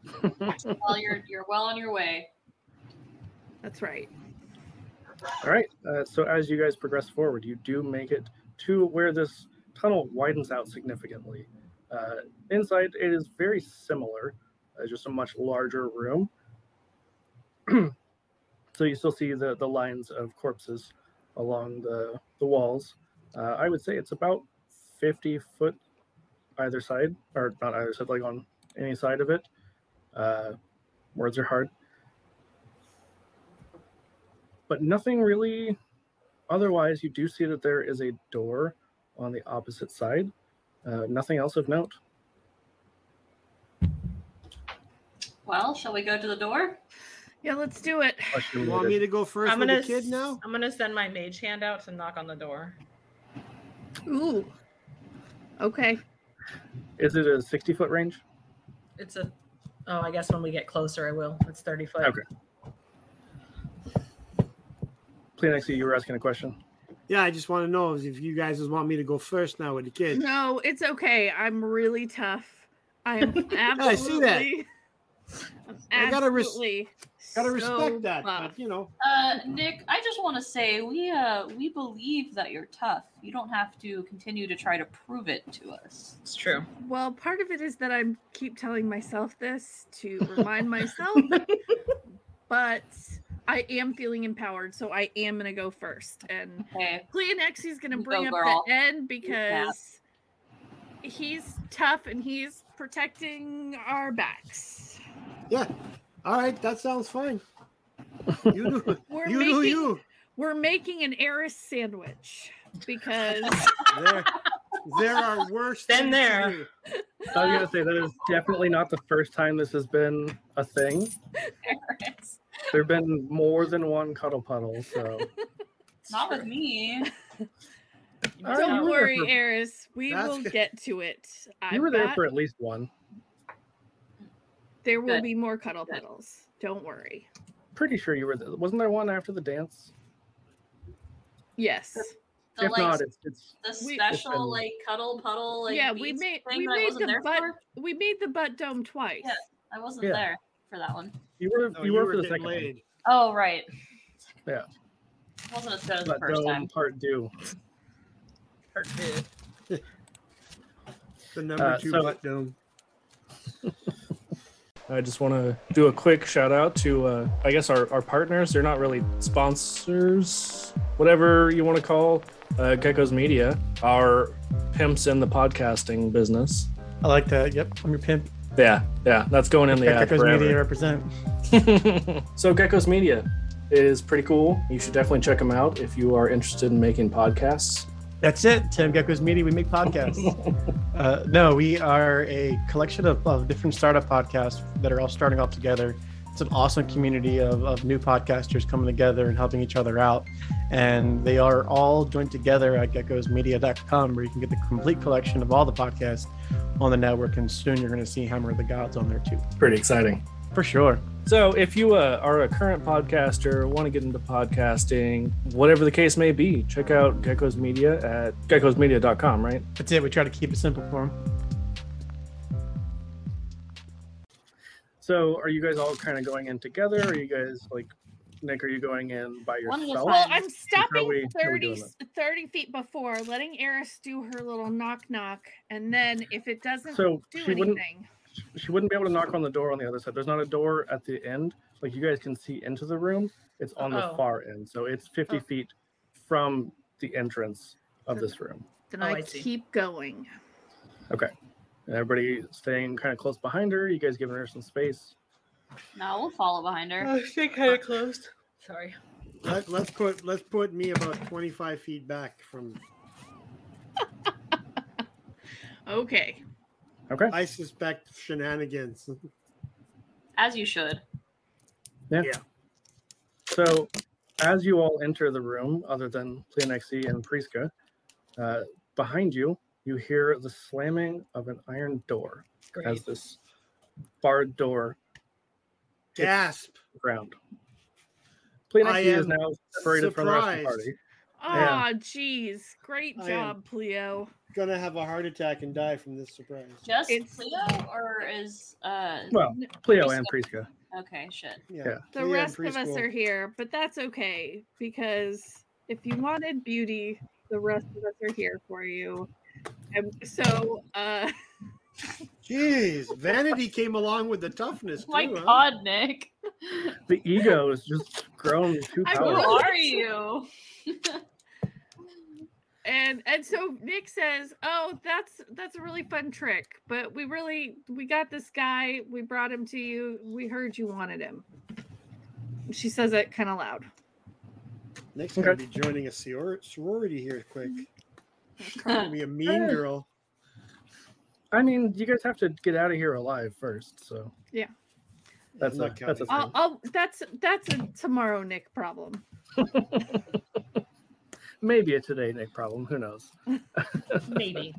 C: well, you're you're well on your way.
F: That's right.
A: All right, uh, so as you guys progress forward, you do make it to where this tunnel widens out significantly. Uh, inside, it is very similar, uh, just a much larger room. [clears throat] so you still see the, the lines of corpses along the, the walls. Uh, I would say it's about 50 foot either side, or not either side, like on any side of it. Uh, words are hard but nothing really otherwise you do see that there is a door on the opposite side uh, nothing else of note
C: Well, shall we go to the door?
F: Yeah, let's do it.
A: unless you're
E: You want me
A: muted.
E: to go 1st
D: I'm
E: with
D: gonna
E: the kid
D: s-
E: now?
D: I'm gonna send my mage hand out to knock on the door.
F: Ooh. Okay.
A: is it a 60 foot range
D: It's a oh, I guess when we get closer I will. It's 30 foot.
A: Okay. Kleenex, you were asking a question
E: Yeah, I just want to know if you guys just want me to go first now with the kid.
F: No, it's okay. I'm really tough. I am
E: [laughs]
F: absolutely
E: I see that.
F: I'm
E: I gotta res-
F: absolutely
E: Gotta
F: so
E: respect that,
F: buff.
E: but you know,
C: Uh, Nick, I just want to say we uh we believe that you're tough. You don't have to continue to try to prove it to us.
D: It's true.
F: Well, part of it is that I am keep telling myself this to remind
E: [laughs]
F: myself, but I am feeling empowered, so I am gonna go first. And
C: Okay.
F: Kleenex is gonna
C: You
F: bring
C: go,
F: up
C: girl.
F: the end because he's tough and he's protecting our backs.
E: yeah. All right, that sounds fine. You
F: [laughs]
E: do,
F: We're
E: you,
F: making
E: do you.
F: we're making an heiress sandwich
C: [laughs]
F: because
E: There, there are worse.
D: Then
E: things to
D: there.
E: do.
A: i was gonna say that is definitely not the first time this has been a thing
C: It's
A: there have been more than one cuddle puddle
C: [laughs]
A: so
D: It's
C: Not
D: true.
C: with
F: [laughs]
C: me.
A: All
D: You missed
A: right.
F: don't
D: out.
A: You were
F: worry,
A: for-
F: Eris, we
E: That's
F: will
E: good.
F: get to it.
A: you
F: I've
A: were there
F: got-
A: for at least one
F: there will
C: Good.
F: be more cuddle
C: Good.
F: petals. Don't worry.
A: pretty sure you were there wasn't there one after the dance
F: Yes.
C: The
A: if
C: like
A: not it's, it's
C: the
F: we-
C: special
A: Open.
C: like cuddle puddle like
F: yeah, we
C: beads
F: made
C: thing
F: we
C: that I
F: made
C: wasn't
F: the
C: there
F: butt
C: for.
F: we made the butt dome twice.
C: Yeah. I wasn't
A: Yeah.
C: there for that one.
A: you were
E: No,
A: you, were, for the
E: getting
A: second one.
E: laid.
C: Oh right.
A: Yeah.
C: I wasn't as good as the
A: but
C: first
A: no
C: time.
A: part due
D: Hurt too.
E: The number
A: Uh,
E: two
A: so-
E: butt dome.
G: I just want to do a quick shout out to, uh, I guess, our, our partners. They're not really sponsors, whatever you want to call uh, Gecko's Media, our pimps in the podcasting business.
H: I like that. Yep, I'm your pimp.
G: Yeah, yeah, that's going in the ad
H: Geckos
G: forever.
H: Media represent.
G: [laughs] so geckos media is pretty cool you should definitely check them out if you are interested in making podcasts
H: That's it. Tim Gecko's Media. We make podcasts.
G: [laughs]
H: uh, no, we are a collection of, of different startup podcasts that are all starting off together. It's an awesome community of, of new podcasters coming together and helping each other out. And they are all joined together at geckosmedia.com, where you can get the complete collection of all the podcasts on the network. And soon you're going to see Hammer of the Gods on there too.
G: pretty exciting
H: For sure.
G: so if you uh, are a current podcaster want to get into podcasting whatever the case may be check out geckos media at geckosmedia.com right
H: That's it. We try to keep it simple for them.
A: So, are you guys all kind of going in together? Are you guys like, Nick? Are you going in by
C: One at a
A: yourself?
C: time.
F: Well, I'm stopping
A: we- how we
F: 30,
A: doing
F: 30 feet before, letting Eris do her little knock knock, and then if it doesn't
A: Mm. So
F: do
A: she wouldn't.
F: anything,
A: She wouldn't be able to knock on the door on the other side. There's not a door at the end. Like you guys can see into the room. It's on
D: Oh.
A: the far end, so it's 50
D: Oh.
A: feet from the entrance of this room.
F: then
D: Oh,
F: I,
D: I see.
F: keep going.
A: And everybody staying kind of close behind her. You guys giving her some space.
C: No, we'll follow behind her.
D: Oh, she kind of closed. Sorry.
E: Let, let's put let's put me about twenty five feet back from.
F: Okay.
A: Okay.
E: I suspect shenanigans.
C: As you should.
A: So, as you all enter the room, other than Pleonexi and Priska, uh, behind you, you hear the slamming of an iron door
D: Great.
A: as this barred door
E: Gasp!
A: ground. Pleonexi is
E: am
A: now separated from the rest of the
E: surprised.
A: party.
F: Ah,
A: Yeah.
F: jeez. Great
E: I am-
F: job, Pleo.
E: Gonna have a heart attack and die from this surprise.
C: Just
F: It's-
C: Cleo or is uh
A: Well, Pleo and Priska.
C: okay, shit.
A: yeah.
F: The
E: Leah in
F: rest of us
E: preschool.
F: are here, but that's okay because if you wanted beauty, the rest of us are here for you. And so, uh,
E: Jeez, vanity came along with the toughness too.
C: My
E: huh?
C: god, Nick.
A: The ego is just grown too
F: I
C: Who
F: Oh.
A: powerful.
F: will-
C: are you? [laughs]
F: and and so Nick says, "Oh, that's that's a really fun trick, but we really we got this guy. We brought him to you. We heard you wanted him." She says it kind of loud.
E: Nick's gonna be joining a soror- sorority here quick.
F: Mm-hmm.
E: Gonna be a mean
A: Hey.
E: girl.
A: I mean, you guys have to get out of here alive first, so.
F: Yeah.
A: That's
E: Not
A: a, that's a
E: counting.
F: I'll,
A: thing.
F: I'll, that's that's a tomorrow Nick problem.
A: Maybe a today Nick problem. Who knows?
D: [laughs] Maybe.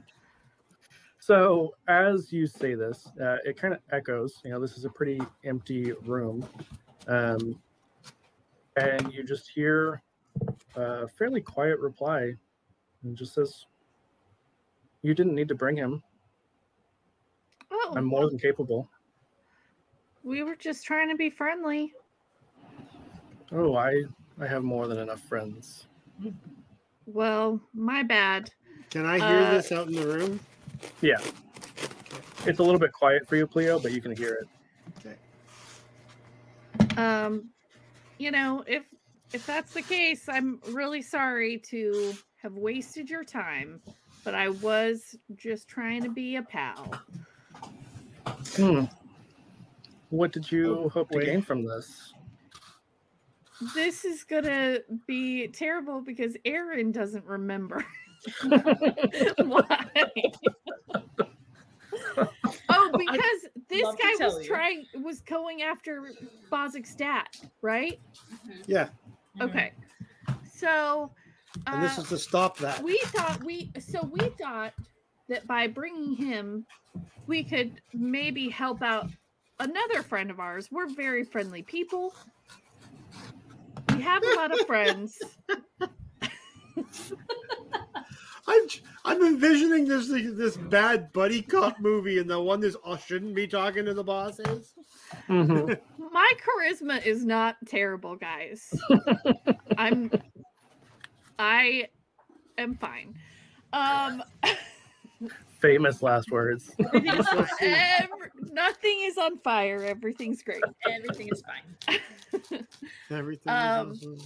A: So as you say this, uh, it kind of echoes. You know, this is a pretty empty room, um, and you just hear a fairly quiet reply, and just says, "You didn't need to bring him.
F: Oh,
A: I'm more than capable."
F: we were just trying to be friendly.
A: Oh, I I have more than enough friends.
F: Well, my bad.
E: Can I hear
F: Uh,
E: this out in the room?
A: It's a little bit quiet for you, Pleo, but you can hear it.
F: Um, you know, if if that's the case, I'm really sorry to have wasted your time, but I was just trying to be a pal.
A: Hmm. What did you
E: Oh,
A: hope to
E: wait.
A: gain from this?
F: This is gonna be terrible because Aaron
D: [laughs]
F: doesn't remember. [laughs] Why? oh, because this
D: love to
F: guy
D: tell
F: was
D: you.
F: trying was going after Bozik's dad, right?
D: Mm-hmm.
F: Okay. So uh,
E: And this is to stop that.
F: we thought we so we thought that by bringing him we could maybe help out another friend of ours we're very friendly people we have a lot of friends
E: I'm I'm envisioning this this bad buddy cop movie, and the one that shouldn't be talking to the boss is. Mm-hmm.
A: Mhm.
F: my charisma is not terrible guys i'm i am fine um
A: [laughs] Famous last words.
D: Everything is fine.
F: ev- nothing is on fire everything's great
D: Everything is fine.
E: Everything.
F: Um,
E: is awesome.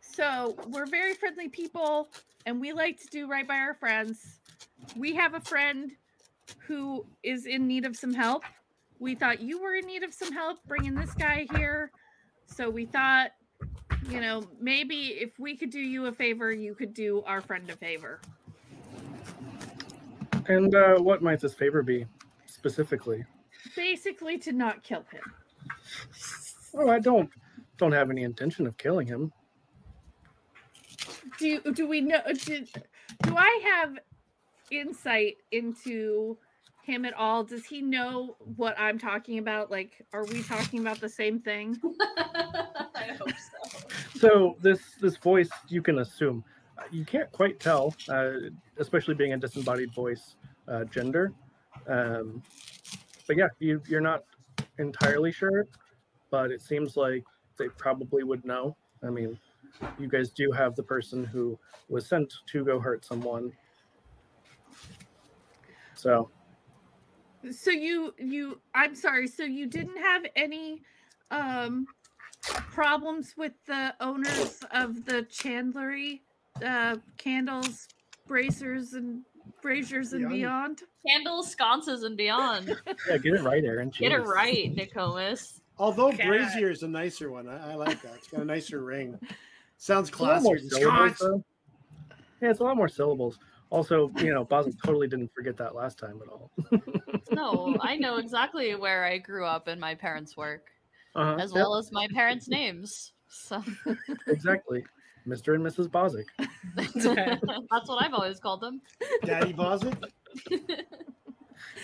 F: So we're very friendly people, and we like to do right by our friends. We have a friend who is in need of some help, we thought you were in need of some help bringing this guy here. So we thought, you know, maybe if we could do you a favor, you could do our friend a favor.
A: And uh, what might this favor be specifically?
F: Basically, to not kill him.
A: Oh, I don't don't have any intention of killing him.
F: do do we know do, do i have insight into him at all does he know what i'm talking about like are we talking about the same thing
C: I hope so.
A: So this this voice you can assume Uh, you can't quite tell, uh, especially being a disembodied voice, uh, gender. Um, but yeah, you you're not entirely sure, but it seems like they probably would know. I mean, you guys do have the person who was sent to go hurt someone. So
F: so you you i'm sorry so you didn't have any um problems with the owners of the chandlery uh candles bracers and braziers and beyond
C: Candles, sconces, and beyond.
A: yeah, get it right, Aaron.
C: Get it
A: Jeez.
C: right, Nicomas.
E: Although
D: God.
E: brazier is a nicer one, I, I like that. It's got a
A: [laughs]
E: nicer ring. Sounds
A: It's a lot more
E: classier.
A: syllables, though. Yeah, it's a lot more syllables. Also, you know, Bosnick totally didn't forget that last time at all.
C: No, I know exactly where I grew up and my parents' work,
A: Uh-huh.
C: as well [laughs] as my parents' names. [laughs] So
A: Exactly. Mr. and Mrs. Bozick.
C: that's what I've always called them.
E: Daddy Bozick?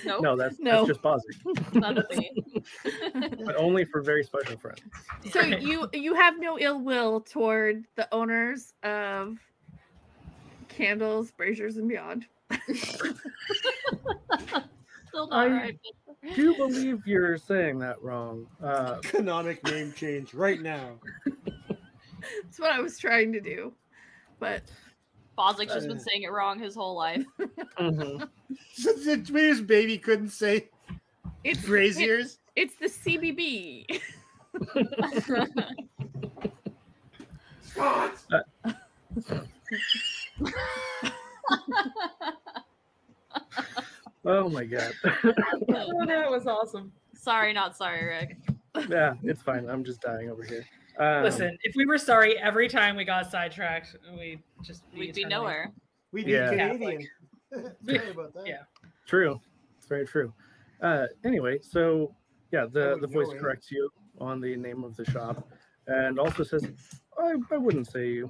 C: Nope,
A: No, that's,
F: No.
A: that's just Bozick,
C: not a thing.
A: but only for very special friends.
F: So you you have no ill will toward the owners of candles, braziers, and beyond.
C: [laughs] Still
A: I-
C: not right.
A: I do believe you're saying that wrong. Uh,
E: Canonic name change right now.
F: That's what I was trying to do. But
C: Boswick's just been saying it wrong his whole [laughs] life.
E: Since his baby couldn't say
F: it's
C: [laughs]
F: it-
E: braziers.
F: it's the CBB.
A: Oh my god.
D: [laughs]
A: [laughs]
D: Oh, that was awesome.
C: sorry, not sorry, Rick.
A: yeah, it's fine. I'm just dying over here. Um,
D: Listen, if we were sorry every time we got sidetracked, we'd just
C: We'd be
D: eternally-
C: nowhere.
E: We be
A: Yeah.
E: Canadian. [laughs] Sorry about that.
D: Yeah.
A: True. It's very true. Uh, anyway, so yeah, the,
E: Oh,
A: the
E: no
A: voice
E: way.
A: corrects you on the name of the shop and also says, I, I wouldn't say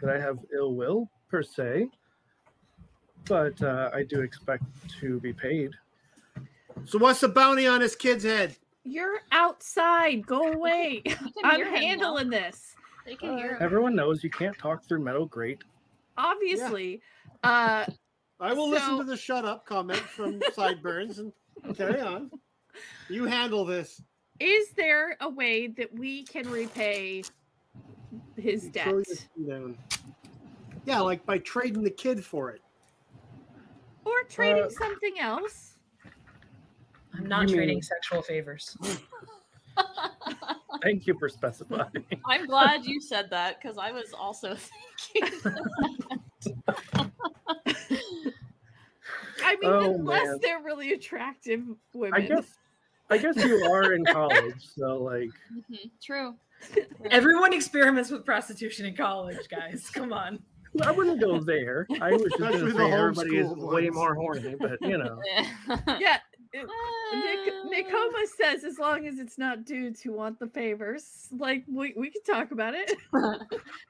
A: that I have ill will per se, but uh, I do expect to be paid.
E: So what's the bounty on this kid's head?
F: [laughs] You're outside. Go away.
C: You can
F: I'm
C: hear him now.
F: handling this.
C: They can hear him.
A: Everyone knows you can't talk through metal grate.
F: Obviously. Uh
E: I will listen
F: So-
E: to the shut up comment
C: [laughs]
E: from Sideburns and carry on. You handle this.
F: is there a way that we can repay his
E: You
F: debt?
E: throw your kid down. Yeah, like by trading the kid for it.
F: Or trading
A: Uh,
F: something else?
D: I'm not
A: You mean-
D: trading sexual favors.
A: Thank you for specifying.
C: I'm glad you said that because I was also [laughs] thinking.
F: I mean,
A: Oh,
F: unless
A: man.
F: they're really attractive women.
A: I guess I guess you are in college, so like
C: Mhm, [laughs] True.
D: [laughs] Everyone experiments with prostitution in college, guys. Come on.
A: I wouldn't go there. I was just
E: Especially
A: gonna
E: the
A: say everybody is
E: homeschooled
A: way
E: ones.
A: more horny, but you know.
F: Yeah,
C: Uh,
F: Nick,
D: [laughs]
A: Um,
F: Nicoma says as long as it's not dudes who want the favors, like we, we could talk about it. [laughs]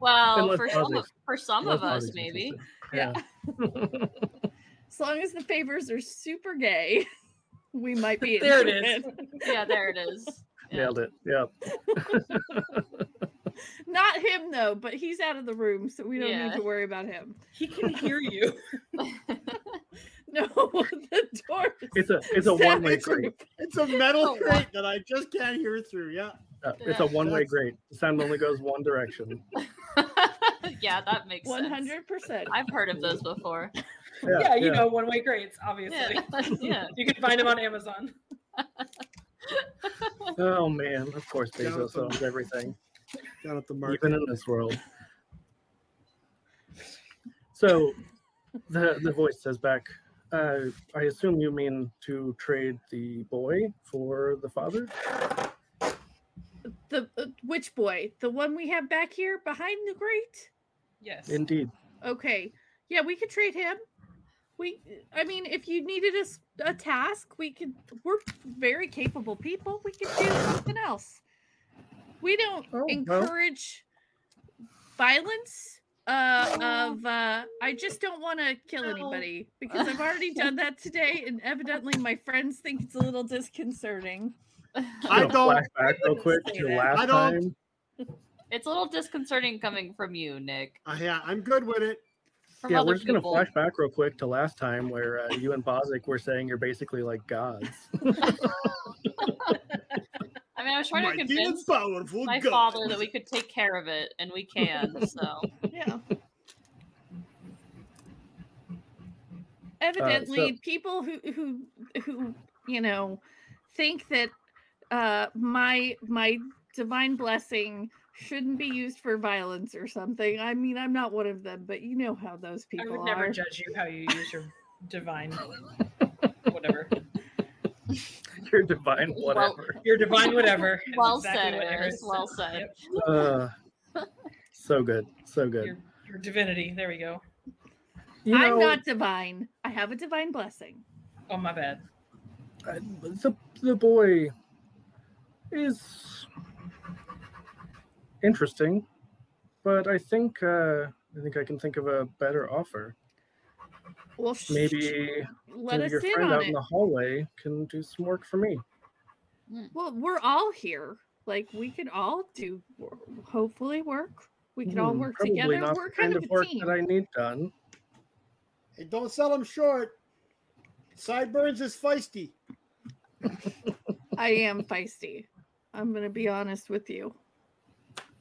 C: well,
A: Unless
C: for some, of,
A: others-
C: for some of
A: Unless
C: us,
A: Ozzy's
C: maybe.
A: interested. Yeah.
F: As long as the favors are super gay, [laughs] we might be.
D: There it is.
F: interested.
C: Yeah, there it
A: [laughs]
C: is. Yeah.
A: Nailed it. Yeah.
F: Not him though, but he's out of the room, so we don't need
C: Yeah.
F: to worry about him. [laughs]
D: He can hear you.
F: No, the door.
A: It's
F: is
A: a it's a
F: set.
A: one way grate.
E: It's a metal
C: Oh, wow.
E: crate that I just can't hear through. Yeah.
A: Uh, it's a
C: Yeah.
A: one way
E: That's-
A: grate. The sound only goes one direction.
C: [laughs] yeah, that makes
F: One
C: sense.
F: hundred percent.
C: I've heard of those
F: [laughs]
C: before.
D: Yeah, you know, one way grades, obviously.
C: Yeah,
D: [laughs]
C: yeah.
D: You can find them on Amazon.
A: Oh man, of course Bezos
E: Jonathan.
A: owns everything,
E: Down at the market.
A: even in this world. So, the the voice says back, Uh, I assume you mean to trade the boy for the father?
F: The uh, which boy? The one we have back here behind the grate?
D: Yes.
A: Indeed.
F: Okay. Yeah, we could trade him. We I mean, if you needed us a task, we could we're very capable people. We could do something else. We don't
A: Oh, well.
F: encourage violence uh of uh I just don't want to kill
D: No.
F: anybody because I've already done that today and evidently my friends think it's a little disconcerting.
E: I
A: You know,
E: don't- [laughs]
A: flashback real quick
F: say
A: to
F: that.
A: last
E: I don't-
A: time.
C: It's a little disconcerting coming from you, Nick.
E: Uh, yeah, I'm good with it.
C: From
A: Yeah,
C: other
A: we're just gonna
C: people.
A: flash back real quick to last time where uh, you and Bozic were saying you're basically like gods. [laughs]
C: I mean, I was trying to
E: Mighty and
C: convince
E: powerful
C: my
E: God.
C: father that we could take care of it, and
A: [laughs]
C: we can. So
F: Yeah. Evidently, people who who who you know think that uh, my my divine blessing shouldn't be used for violence or something. I mean, I'm not one of them, but you know how those
D: I
F: people
D: would
F: are.
D: never judge you how you use your [laughs] divine whatever.
A: you're divine, whatever.
D: Your divine [laughs] whatever. is
C: well
D: exactly
C: said,
D: what Eris
C: Eris. Well said.
D: Yep,
A: Uh, so good, so good.
D: Your, your divinity. There we go.
A: You know,
F: I'm not divine. I have a divine blessing.
D: Oh my bad.
A: I- the the boy is interesting, but I think uh, I think I can think of a better offer.
F: Well, sh-
A: Maybe
F: let us
A: your
F: in
A: friend
F: on
A: out
F: it.
A: in the hallway can do some work for me.
F: Well, we're all here. Like we could all do, wor- hopefully work. We could all
A: Hmm,
F: work
A: probably
F: together.
A: not
F: We're
A: the
F: kind of, a
A: work
F: team.
A: that I need done.
E: Hey, don't sell him short. Sideburns is feisty.
F: I am feisty. I'm gonna be honest with you.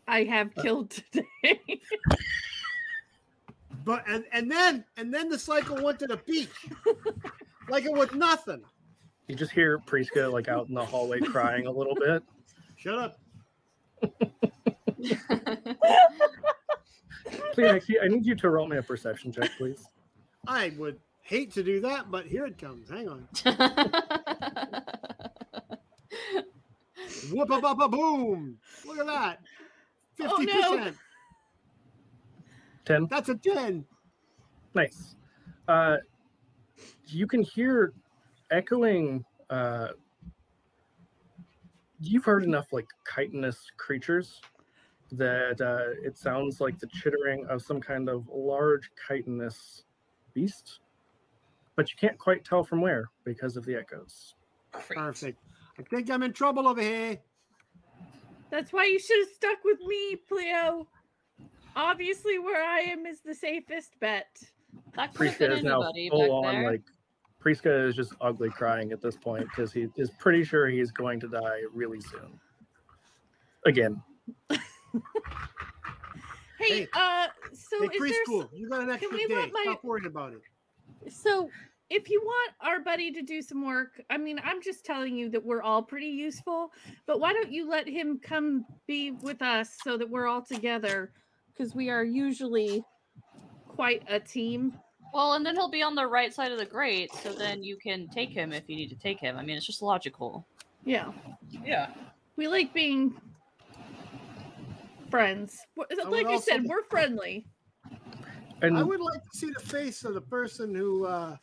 F: I have killed today. [laughs]
E: But and, and then and then the cycle went to the [laughs] beach. like it was nothing.
A: You just hear Priska like out in the hallway crying a little
F: [laughs]
A: bit.
E: Shut up.
C: [laughs]
A: Please, I, see- I need you to roll me a perception check, please.
E: I would hate to do that, but here it comes. Hang on. Whoop up up boom. Look at that.
F: Oh,
E: 50%.
F: no.
A: Ten.
E: That's a 10.
A: Nice. Uh, you can hear echoing. Uh, you've heard enough like chitinous creatures that uh, it sounds like the chittering of some kind of large chitinous beast, but you can't quite tell from where because of the echoes.
D: Great.
E: Perfect. I think I'm in trouble over here.
F: That's why you should have stuck with me, Pleo. Obviously, where I am is the safest bet.
C: that could have been
A: Priska is now
C: anybody back
A: full on
C: there.
A: like. Priska is just ugly crying at this point because he is pretty sure he's going to die really soon. Again.
F: Hey,
E: Hey,
F: uh, so
E: hey,
F: is there s-
E: preschool, you got an extra
F: we
E: day.
F: let my-
E: Stop worrying about it.
F: So, if you want our buddy to do some work, I mean, I'm just telling you that we're all pretty useful, but why don't you let him come be with us so that we're all together? Because we are usually quite a team.
C: Well, and then he'll be on the right side of the grate, so then you can take him if you need to take him. I mean, it's just logical. [laughs]
F: Yeah.
D: Yeah.
F: We like being friends. We're-
E: would
F: Like I
E: also-
F: said, we're friendly.
A: And
E: I would like to see the face of the person who uh,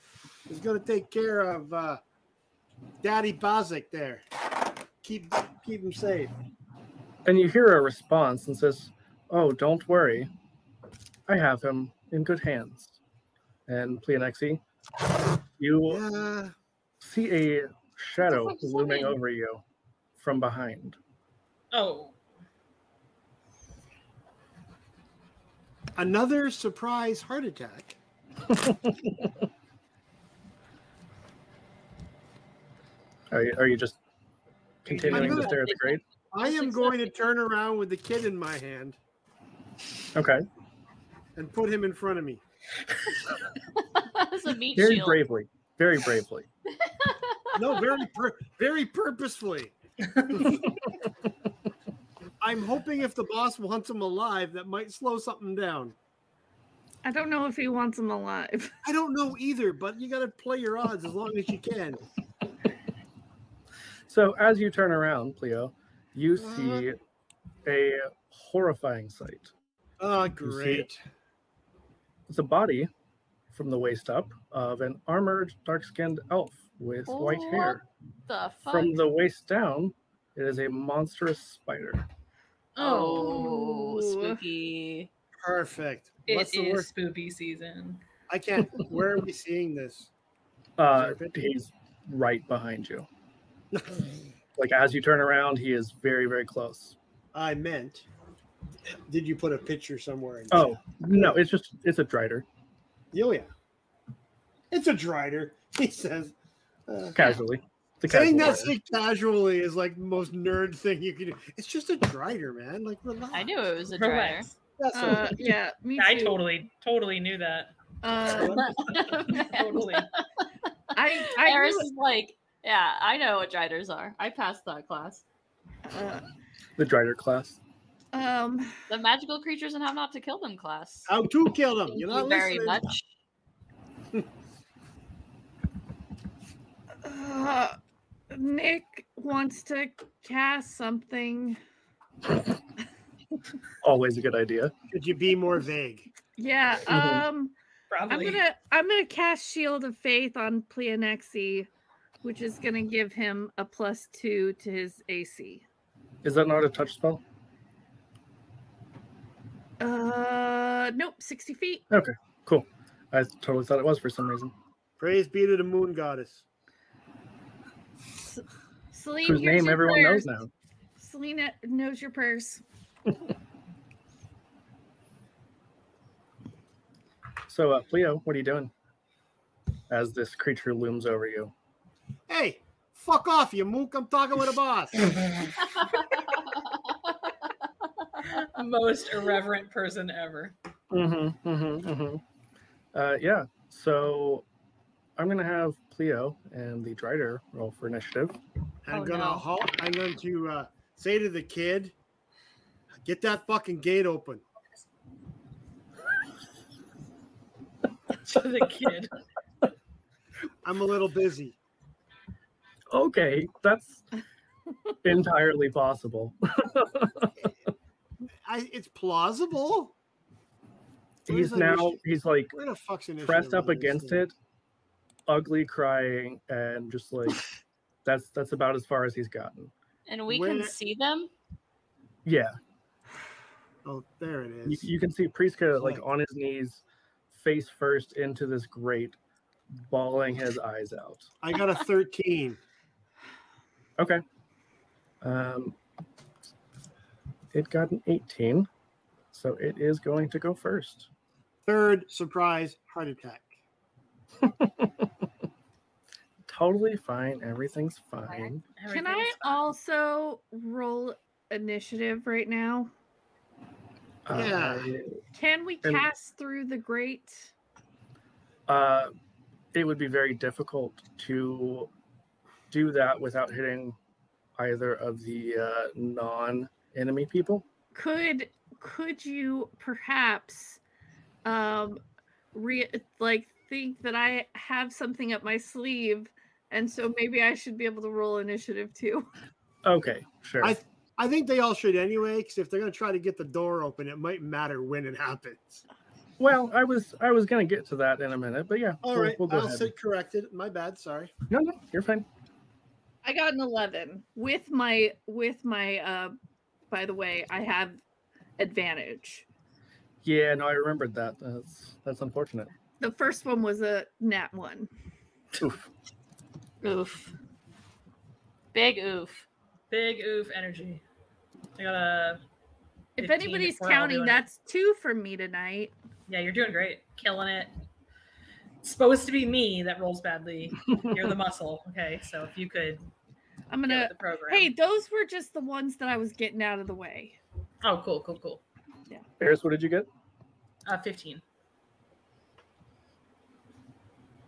E: is going to take care of uh, Daddy Bozic there. Keep keep him safe.
A: And you hear a response and says, Oh, don't worry. I have him in good hands. And Pleonexi, you
E: Yeah.
A: see a shadow
C: That's what I'm
A: looming
C: saying.
A: over you from behind.
D: Oh.
E: Another surprise heart attack.
A: Are you, are you just
D: Are you doing
A: continuing to
E: that?
A: stare at the grate?
E: I
C: That's
E: am going to
C: accepted.
E: turn around with the kid in my hand
A: Okay.
E: and put him in front of me.
C: That's a meat
A: Very
C: shield.
A: bravely. Very bravely.
E: No, very pur- very purposefully. [laughs] I'm hoping if the boss wants him alive, that might slow something down.
F: I don't know if he wants him alive.
E: I don't know either, but you got to play your odds as long as you can.
A: So as you turn around, Cleo, you see a horrifying sight.
E: Oh,
A: You see
E: great.
A: It's a body from the waist up of an armored, dark-skinned elf with white hair.
C: The fuck?
A: From the waist down, it is a monstrous spider.
C: oh,
F: Ooh.
C: spooky.
E: Perfect.
D: It
E: What's the
D: is
E: worst?
D: spooky season.
E: I can't. Where are we seeing this?
A: Uh, he's right behind you. Like as you turn around, he is very, very close.
E: I meant, did you put a picture somewhere? In
A: Oh no, it's just it's a drider.
E: Oh, yeah. It's a drider, he says. Uh,
A: Casually, the
E: saying
A: casual
E: that
A: rider.
E: shit casually is like the most nerd thing you can do. It's just a drider, man. Like, relax.
C: I knew it was a dryer.
D: Relax.
E: That's all.
F: [laughs] Uh, yeah, me too.
D: I totally, totally knew [laughs] that.
F: Uh,
C: [laughs]
F: [laughs]
D: Totally.
F: I, I
C: Eris
F: knew
C: is like, yeah, I know what driders are. I passed that class.
F: it. Uh,
A: the drider class.
F: um,
C: The magical creatures and how not to kill them class.
E: How to kill them.
C: Thank
E: Oh, You're not
C: you very
E: listening.
C: much.
F: uh, Nick wants to cast something.
A: Always a good idea.
E: Could you be more vague?
F: Yeah.
A: Mhm.
F: Um. I'm
D: Probably.
F: gonna I'm gonna cast Shield of Faith on Pleonexi, which is gonna give him a plus two to his AC.
A: Is that not a touch spell?
F: Uh, nope, sixty feet.
A: Cool. I totally thought it was for some reason.
E: Praise be to the moon goddess.
F: S- Celine,
A: Whose
F: here's
A: name
F: your
A: everyone
F: prayers.
A: knows now.
F: Selena knows your prayers.
A: So, uh, Leo, what are you doing? As this creature looms over you.
E: Hey, fuck off, you mook. I'm talking with a boss.
D: Most irreverent person
F: [laughs]
D: ever.
A: Mm-hmm. Mm-hmm. Mm-hmm. Uh, yeah. So, I'm gonna have Pleo and the Drider roll for initiative.
E: I'm
C: Oh,
E: gonna
C: no.
E: halt. I'm going to uh, say to the kid, get that fucking gate open.
D: To the kid.
E: I'm a little busy.
A: Okay,
E: [laughs]
A: that's entirely possible.
E: I, it's plausible.
A: He's
E: Where's the
A: now
E: initi-
A: he's like
E: Where the fuck's initiative
A: pressed up
E: on this
A: against
E: thing?
A: it, ugly crying, and just
E: [laughs]
A: like that's that's about as far as he's gotten.
C: And we
E: Where-
C: can see them.
A: Yeah,
E: Oh, there it
A: you,
E: is.
A: you can see Priska like
E: Click.
A: on his knees, face first into this grate, bawling his eyes out.
E: I got a 13.
A: Okay. Um, it got an 18, so it is going to go first.
E: Third surprise heart attack.
A: Totally fine. Everything's fine.
F: Can I also roll initiative right now?
E: Yeah.
F: Can we
A: And-
F: cast through the grate?
A: Uh, uh, it would be very difficult to do that without hitting either of the uh, non-enemy people.
F: could could you perhaps um re like think that i have something up my sleeve and so maybe i should be able to roll initiative too [laughs]
A: Okay, sure.
E: I I think they all should anyway, because if they're going to try to get the door open, it might matter when it happens.
A: Well, I was I was gonna get to that in a minute, but yeah,
E: All
A: we'll,
E: right,
A: we'll go
E: I'll
A: ahead.
E: sit corrected. My bad. Sorry.
A: No, no, you're fine.
F: i got an 11 with my with my uh by the way i have advantage
A: Yeah, no, I remembered that. That's that's unfortunate.
F: the first one was a nat one
A: Oof.
C: Oof. Big oof.
D: Big oof energy. I got a.
F: if
D: 15,
F: anybody's
D: we're all
F: counting
D: doing it.
F: that's two for me tonight
D: Yeah, you're doing great. Killing it. It's supposed to be me that rolls badly. You're
F: [laughs]
D: the muscle. Okay, so if you could
F: i'm
D: go
F: gonna
D: with the program.
F: hey those were just the ones that i was getting out of the way [laughs]
D: Oh, cool, cool, cool.
A: Ferris, what did you get?
D: Uh, 15.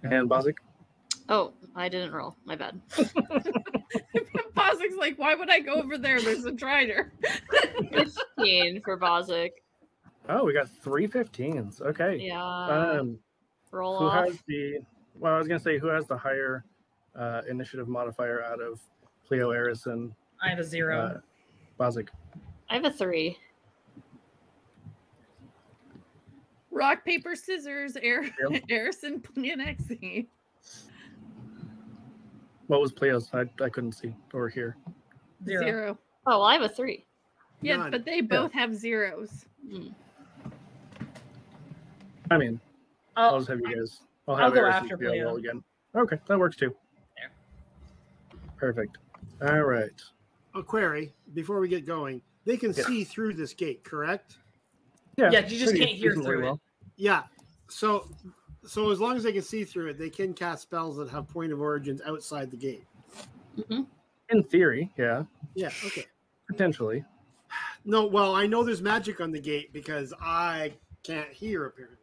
A: And Bozic?
C: Oh, I didn't roll. My bad.
F: Bozik's like, why would I go over there? There's a drider.
C: 15 for Bozic.
A: Oh, we got three 15s. Okay.
C: Yeah.
E: uh,
A: Um,
C: roll
A: who
C: off.
A: has the? Well, I was gonna say who has the higher uh, initiative modifier out of Cleo Harris and
D: I have a zero.
A: uh, Bozic.
C: I have a three.
F: Rock, paper, scissors, air, [laughs] Harrison, Planexi.
A: What was Cleo's? I, I couldn't see or hear.
D: zero.
F: Zero.
C: Oh, well, I have a three.
F: Yeah,
E: None.
F: but they both have zeros.
C: Mm.
A: I mean, I'll
D: I'll,
A: just have you guys. I'll
D: I'll
A: have
D: go
A: Harris
D: after
A: and Cleo
D: Cleo.
A: roll again. Okay, that works too.
D: There.
A: Perfect. All right.
E: A Oh, query before we get going. They can
A: Yeah.
E: see through this gate, correct?
D: Yeah, you just
A: pretty
D: can't hear
A: reasonably
D: through it.
E: Yeah. So, so as long as they can see through it, they can cast spells that have point of origins outside the gate.
A: In theory, yeah,
E: Yeah. Okay.
A: potentially.
E: No. Well, I know there's magic on the gate because I can't hear apparently.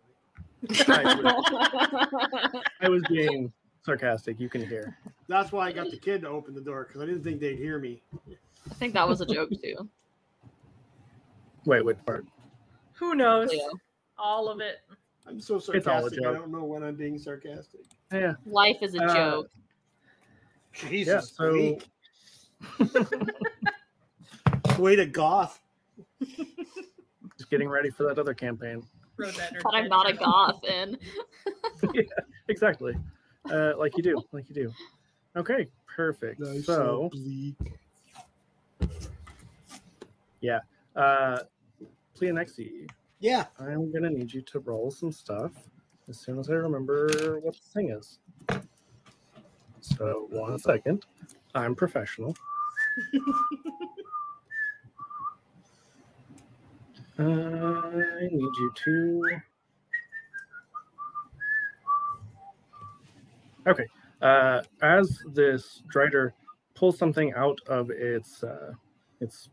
D: [laughs]
C: [laughs]
A: I was being sarcastic. You can hear.
E: That's why I got the kid to open the door because I didn't think they'd hear me.
C: I think that was a joke too.
A: Wait, which part?
D: Who knows?
C: Cleo.
D: All of it.
E: I'm so
A: all a
E: sarcastic. I
A: joke.
E: don't know when I'm being sarcastic.
A: Yeah.
C: Life is a
A: Uh,
C: joke.
E: Jesus.
A: so-
E: Blake. [laughs] Way to goth.
A: Just getting ready for that other campaign.
D: Wrote
F: [laughs]
D: that. or
C: But I'm
D: typed
C: not a
D: it.
C: goth, and
A: Exactly. Uh, like you do. Like you do. Okay. Perfect.
E: Nice
A: so,
E: and bleak.
A: uh, Pleonexi,
E: Yeah.
A: I'm gonna need you to roll some stuff as soon as I remember what the thing is. So one second. I'm professional. Uh, I need you to. Okay. Uh, as this drider pulls something out of its uh, its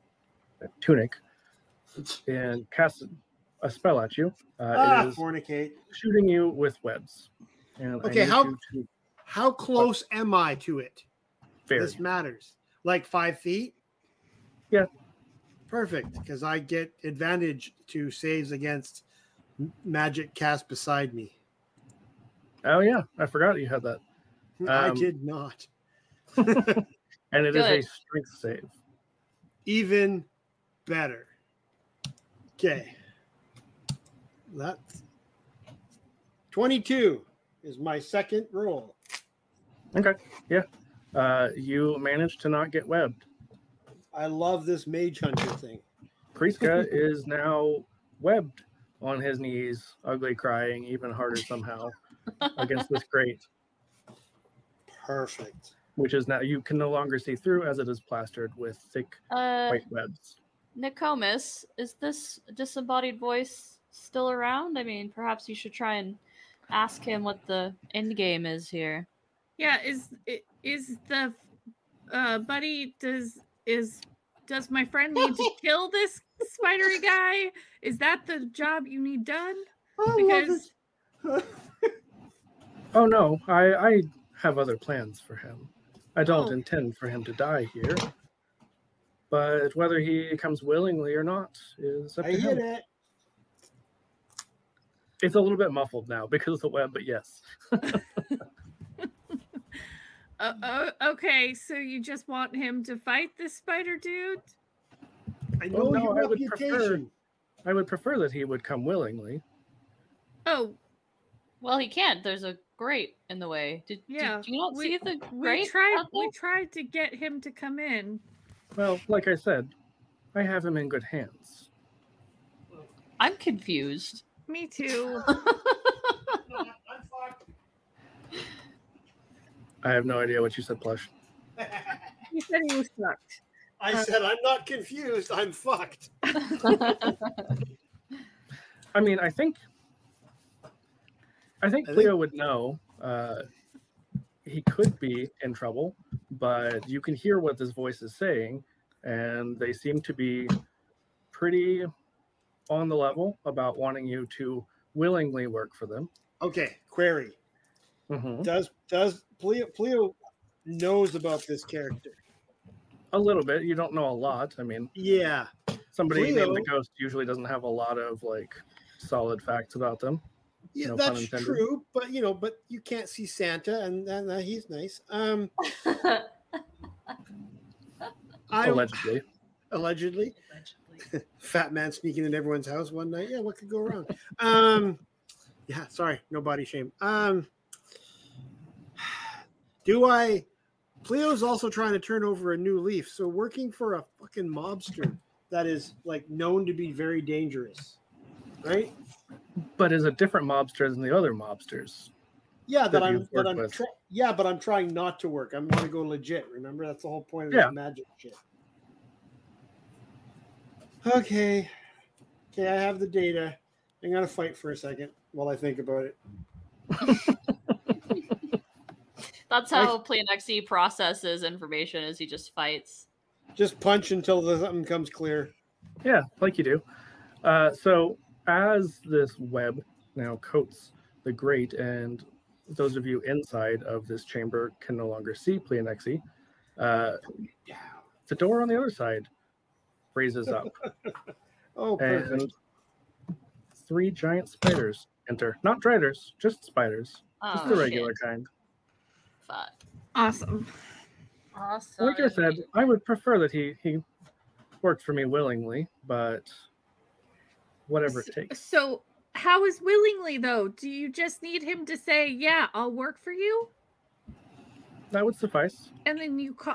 A: tunic and casts a spell at you, uh,
E: ah,
A: it is
E: fornicate.
A: shooting you with webs. And
E: Okay,
A: I need
E: how-
A: you to
E: How close am I to it?
A: vary.
E: This matters. Like five feet?
A: Yeah.
E: Perfect, because I get advantage to saves against m- magic cast beside me.
A: Oh yeah, I forgot you had that.
E: Hmm, I
A: Um,
E: did not.
A: And it is
C: Good.
A: a strength save.
E: Even better. Okay. That's 22 is my second roll.
A: Uh, you managed to not get webbed.
E: I love this mage hunter thing. [laughs]
A: Priska is now webbed on his knees, ugly crying even harder
C: [laughs]
A: somehow against this grate,
E: Perfect.
A: which is now you can no longer see through as it is plastered with thick
C: uh,
A: white webs.
C: Nicomas, is this disembodied voice still around? I mean, perhaps you should try and ask him what the end game is here.
F: Yeah, is i- is the uh buddy does is does my friend need to kill this spidery guy? Is that the job you need done? Because
A: Oh no, I, I have other plans for him. I don't
F: Oh.
A: intend for him to die here. But whether he comes willingly or not is up
E: I
A: to him.
E: hit it.
A: It's a little bit muffled now [laughs] because of the web, but yes.
F: uh, uh, okay, so you just want him to fight this spider dude?
E: I know
A: Oh, no,
E: your
A: I would prefer-
E: reputation.
A: I would prefer that he would come willingly.
F: Oh,
C: Well, he can't. There's a grate in the way. Did, did-
F: Yeah,
C: do you not
F: we-
C: see the
F: we
C: grate?
F: tried
C: out
F: we
C: there?
F: tried to get him to come in.
A: Well, like I said, I have him in good hands.
C: I'm [laughs] confused.
F: Me too.
A: I have no idea what you said, plush.
F: [laughs] He said he was sucked.
E: I said, I'm not confused. I'm fucked.
A: I mean, I think, I think
E: I think-
A: Cleo would know. Uh, he could be in trouble, but you can hear what this voice is saying, and they seem to be pretty on the level about wanting you to willingly work for them.
E: Okay, query.
A: Mhm.
E: Does does Pleo Pleo knows about this character?
A: A little bit. You don't know a lot. I mean,
E: Yeah.
A: Somebody named the
E: Cleo.
A: ghost usually doesn't have a lot of like solid facts about them.
E: Yeah,
A: No pun
E: that's
A: intended.
E: true, but you know, but you can't see Santa, and, and uh, he's nice. Um, I
A: Allegedly,
E: allegedly,
D: Allegedly.
E: fat man sneaking into everyone's house one night. Yeah, what could go wrong? um, yeah, sorry, no body shame. Um, do I? Cleo's also trying to turn over a new leaf, so working for a fucking mobster that is like known to be very dangerous, right?
A: but is a different mobster than the other mobsters.
E: Yeah, that,
A: that
E: I'm.
A: you've
E: That
A: worked
E: I'm
A: with.
E: try yeah, but I'm trying not to work. I'm going to go legit. Remember, that's the whole point of
A: Yeah.
E: this magic shit. Okay, okay, I have the data. I'm gonna fight for a second while I think about it.
C: That's how Pleonexi processes information is he just fights.
E: Just punch until the, something comes clear.
A: Yeah, like you do. Uh, so, as this web now coats the grate, and those of you inside of this chamber can no longer see Pleonexi, uh, the door on the other side raises up,
E: Oh, perfect.
A: and three giant spiders enter. Not driders, just spiders. Just
C: Oh,
A: the regular
C: shit.
A: kind.
C: Fuck.
F: Awesome.
D: Awesome.
A: Like I said, I would prefer that he, he worked for me willingly, but whatever it takes.
F: So, how is willingly though? Do you just need him to say, "Yeah, I'll work for you,"
A: That would suffice.
F: and then you call?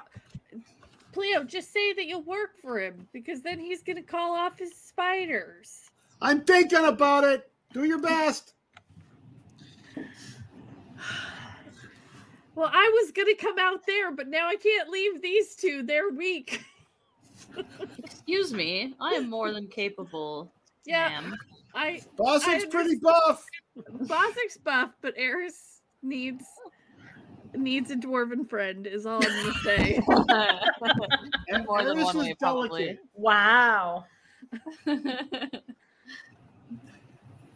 F: Pleo, just say that you'll work for him because then he's gonna call off his spiders.
E: I'm thinking about it. Do your best.
F: Well, I was gonna come out there, but now I can't leave these two. They're weak. [laughs]
C: Excuse me. I am more than capable. [laughs]
F: Yeah,
C: ma'am.
F: I
E: Boston's
F: I
E: pretty
C: [laughs]
E: buff.
F: Bozzik's buff, but Eris needs needs a dwarven friend. Is all I'm gonna say.
C: More than one
E: Eris is
C: way, probably.
D: wow.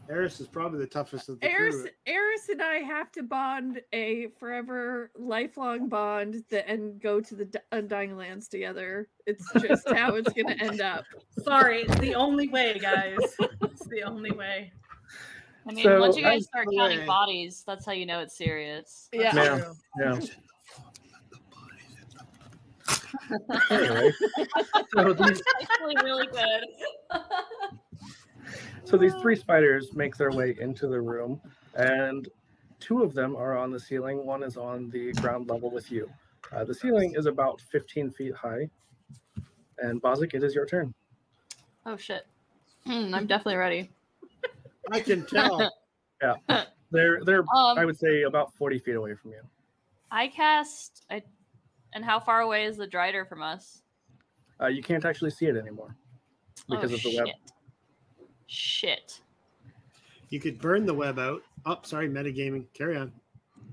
E: Eris is probably the toughest of the
F: Eris,
E: two.
F: Eris and I have to bond a forever, lifelong bond that and go to the D- Undying Lands together. It's just how it's gonna end up.
D: Sorry, it's the only way, guys. It's the only way.
C: I mean,
A: So,
C: once you guys
E: that's
C: start
E: the
C: counting
E: way.
C: bodies, that's how you know it's serious.
F: Yeah.
A: Yeah. Yeah. anyway, so these,
C: actually really good.
A: so these three spiders make their way into the room, and two of them are on the ceiling. One is on the ground level with you. Uh, the ceiling is about 15 feet high. And Bozic, it is your turn.
C: Oh shit. Hmm, I'm definitely ready.
E: I can tell.
A: They're they're I
C: Um,
A: would say about 40 feet away from you.
C: I cast. I, and how far away is the Drider from us?
A: Uh, you can't actually see it anymore because
C: oh,
A: of the web.
C: shit. Shit.
E: you could burn the web out. Oh, sorry, metagaming. Carry on.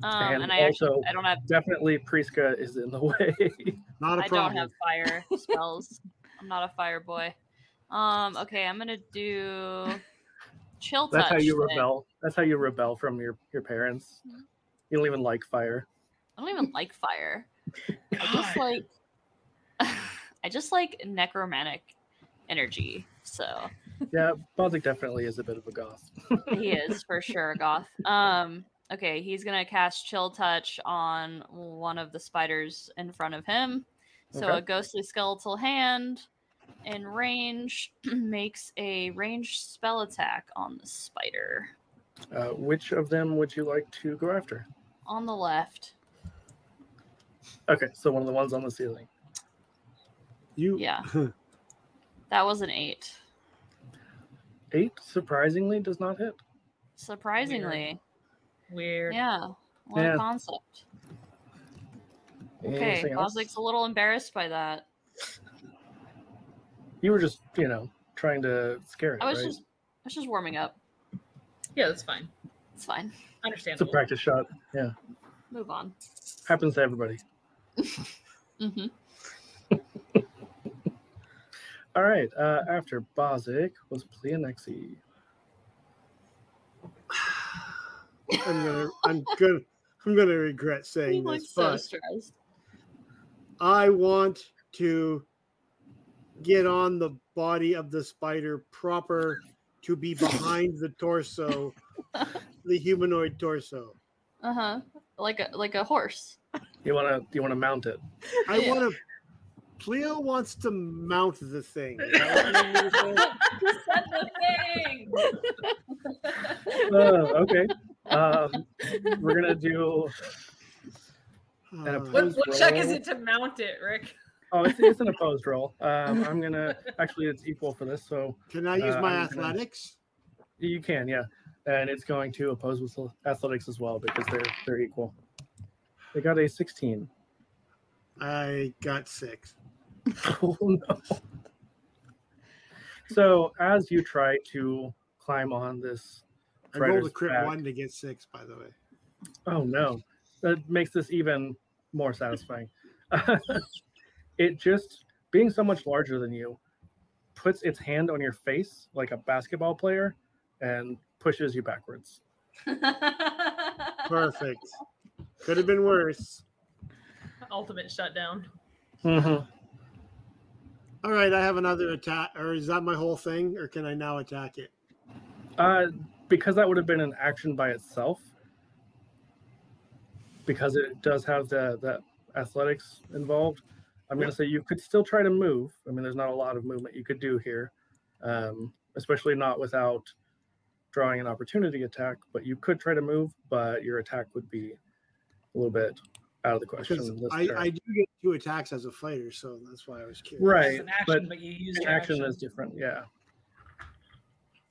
C: Um, and,
A: and
C: I actually,
A: also-
C: I don't have,
A: Definitely, Priska is in the [laughs] way.
E: Not a
C: I
E: problem.
C: don't have
A: [laughs]
C: fire spells. I'm not a fire boy. Um. Okay, I'm gonna do chill
A: That's
C: touch.
A: how you
C: then.
A: rebel. That's how you rebel from your your parents.
C: Mm-hmm.
A: You don't even like fire.
C: I don't even like fire. I just like [laughs] I just like necromantic energy. So
A: Yeah, Baltic definitely is a bit of a goth.
C: he is for sure a goth. Um okay, he's gonna cast chill touch on one of the spiders in front of him. So
A: Okay.
C: a ghostly skeletal hand in range [clears throat] makes a ranged spell attack on the spider
A: Uh, which of them would you like to go after?
C: on the left.
A: Okay, so one of the ones on the ceiling.
E: you
C: Yeah. that was an eight.
A: Eight surprisingly does not hit.
C: Surprisingly.
D: Weird.
C: Yeah. What
A: Yeah.
C: a concept. Okay,
A: Anything else?
C: Boswick's a little embarrassed by that.
A: You were just you know trying to scare it.
C: I was
A: right?
C: just, I was just warming up.
D: Yeah, that's fine.
C: It's fine.
A: It's a
D: Understandable.
A: practice shot.
C: Move on.
A: Happens to everybody.
C: hmm
A: All right. Uh, after Bozic was Pleonexi.
C: [laughs]
E: I'm gonna I'm gonna I'm gonna regret
C: He
E: saying
C: looks
E: this,
C: so
E: but
C: stressed.
E: I want to get on the body of the spider proper to be behind the torso,
C: [laughs]
E: the humanoid torso.
C: Uh huh. Like a like a horse.
A: You wanna you wanna mount
C: [laughs]
A: it.
E: I
C: Yeah.
E: want to. Cleo wants to mount the
C: [laughs]
E: thing. Is that what you were saying?
C: Just said the [laughs] thing.
A: Oh, okay. Um, we're gonna do. And a
E: Uh,
D: What,
A: Those
D: what check is
A: roll-
D: it to mount it, Rick? [laughs]
A: Oh, it's, it's an opposed roll. Um, I'm gonna actually it's equal for this, so
E: Can I use
A: Uh,
E: my
A: I'm gonna-
E: athletics?
A: you can, yeah. And it's going to oppose with athletics as well because they're they're equal. They got a 16.
E: I got six.
A: [laughs] Oh no. So as you try to climb on this,
E: I rolled a
A: Writer's
E: crit
A: back.
E: one to get six, by the way.
A: oh no, that makes this even more satisfying. [laughs] it just being so much larger than you puts its hand on your face like a basketball player and pushes you backwards.
C: [laughs]
E: Perfect. Could have been worse.
D: Ultimate shutdown.
E: All right, I have another attack, or is that my whole thing, or can I now attack it?
A: Uh, because that would have been an action by itself. Because it does have the the athletics involved, I'm going to say you could still try to move. I mean, there's not a lot of movement you could do here, um, especially not without drawing an opportunity attack. But you could try to move, but your attack would be a little bit out of the question.
E: Because
A: this
E: I,
A: turn.
E: I do get two attacks as a fighter, so that's why I was curious.
D: It's
A: right,
D: an action,
A: but
D: but, you use
A: an
D: your action.
A: action is different. Yeah.